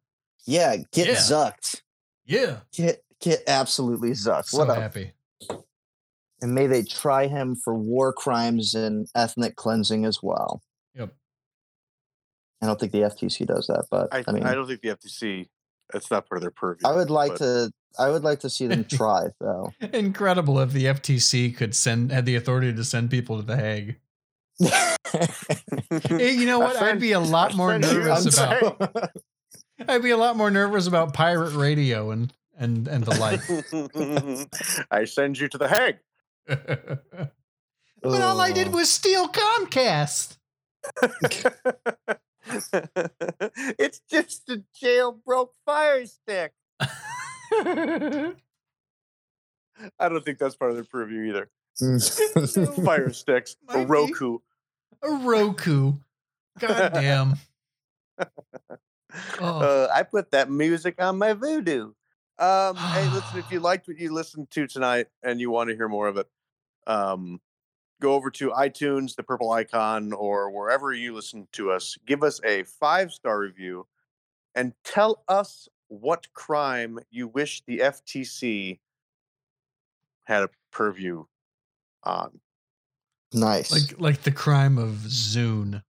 S6: Yeah, get
S4: Yeah.
S6: zucked.
S4: Yeah.
S6: Get get absolutely zucked.
S4: So
S6: what a
S4: happy.
S6: and may they try him for war crimes and ethnic cleansing as well.
S4: Yep.
S6: I don't think the FTC does that, but I,
S3: I, I,
S6: mean, I,
S3: don't think the FTC. That's not part of their purview.
S6: would like
S3: but-
S6: to. I would like to see them try, though.
S4: Incredible if the FTC could send had the authority to send people to the Hague. Eh, you know
S3: Our
S4: what? I'd
S3: friend-
S4: be a lot
S3: our
S4: more
S3: friend Hugh
S4: nervous
S3: is
S4: about.
S3: saying-
S4: I'd be a lot more nervous about pirate radio and and and the like.
S3: I send you to the Hague.
S4: but all I did
S6: Ugh.
S4: was steal Comcast.
S3: it's just a jailbroke fire stick. I don't think that's part of their purview either.
S4: a
S3: Fire sticks,
S4: Might
S3: a
S4: be.
S3: Roku.
S4: Roku. God damn. Oh.
S3: Uh, I put that music on my voodoo. Um, hey, listen, if you liked what you listened to tonight and you want to hear more of it, um, go over to iTunes, the purple icon, or wherever you listen to us. Give us a five star review and tell us what crime you wish the FTC had a purview on.
S6: nice.
S4: Like like the crime of Zune.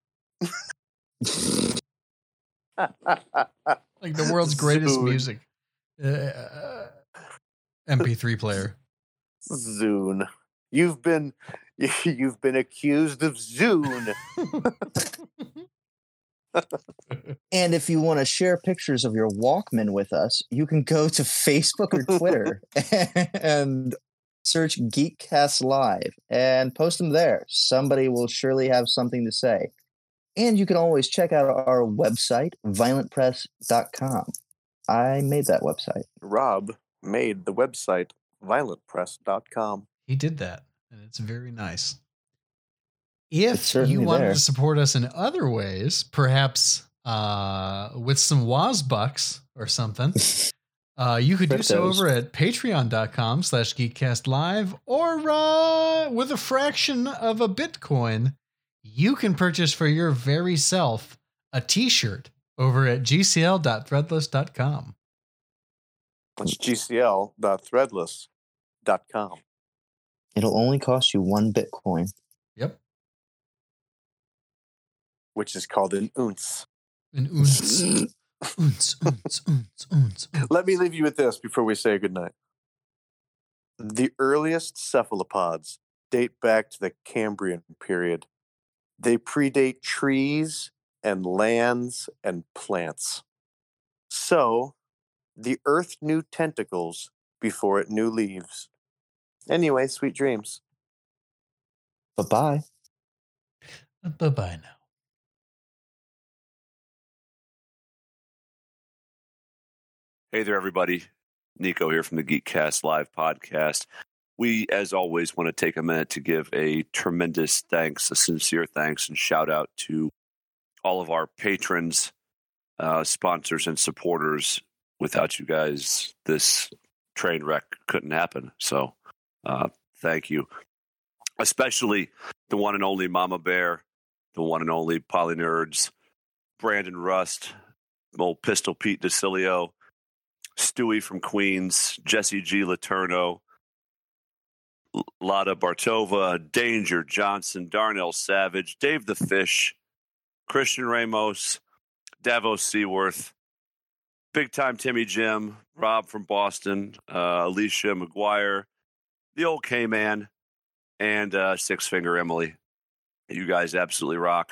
S4: Like the world's greatest
S3: Zune.
S4: music. Uh, MP3 player.
S3: Zune. You've been you've been accused of Zune.
S6: and if you want to share pictures of your Walkman with us, you can go to Facebook or Twitter and search Geekcast Live and post them there. Somebody will surely have something to say. And you can always check out our website, violentpress.com. I made that website.
S3: Rob made the website violentpress.com.
S4: He did that, and it's very nice.
S6: It's
S4: If you
S6: certainly
S4: wanted
S6: there.
S4: to support us in other ways, perhaps uh, with some Wazbucks or something, uh, you could do so
S6: Cryptos.
S4: over at patreon.com slash geekcast live or uh, with a fraction of a Bitcoin, you can purchase for your very self a t-shirt over at gcl.threadless.com.
S3: That's gcl.threadless.com.
S6: It'll only cost you one Bitcoin.
S4: Yep.
S3: Which is called an ounce.
S4: An ounce, ounce, ounce, ounce, ounce.
S3: Let me leave you with this before we say goodnight. The earliest cephalopods date back to the Cambrian period. They predate trees and lands and plants. So, the earth knew tentacles before it knew leaves. Anyway, sweet dreams.
S6: Bye bye.
S4: Bye-bye now.
S7: Hey there, everybody. Nico here from the Geekcast Live podcast. We, as always, want to take a minute to give a tremendous thanks, a sincere thanks, and shout out to all of our patrons, uh, sponsors, and supporters. Without you guys, this train wreck couldn't happen. So, uh, thank you. Especially the one and only Mama Bear, the one and only Poly Nerds, Brandon Rust, old Pistol Pete DeCilio. Stewie from Queens, Jesse G. Letourneau, L- Lada Bartova, Danger Johnson, Darnell Savage, Dave the Fish, Christian Ramos, Davos Seaworth, Big Time Timmy Jim, Rob from Boston, uh, Alicia McGuire, the old K Man, and uh, Six Finger Emily. You guys absolutely rock.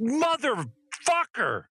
S7: motherfucker.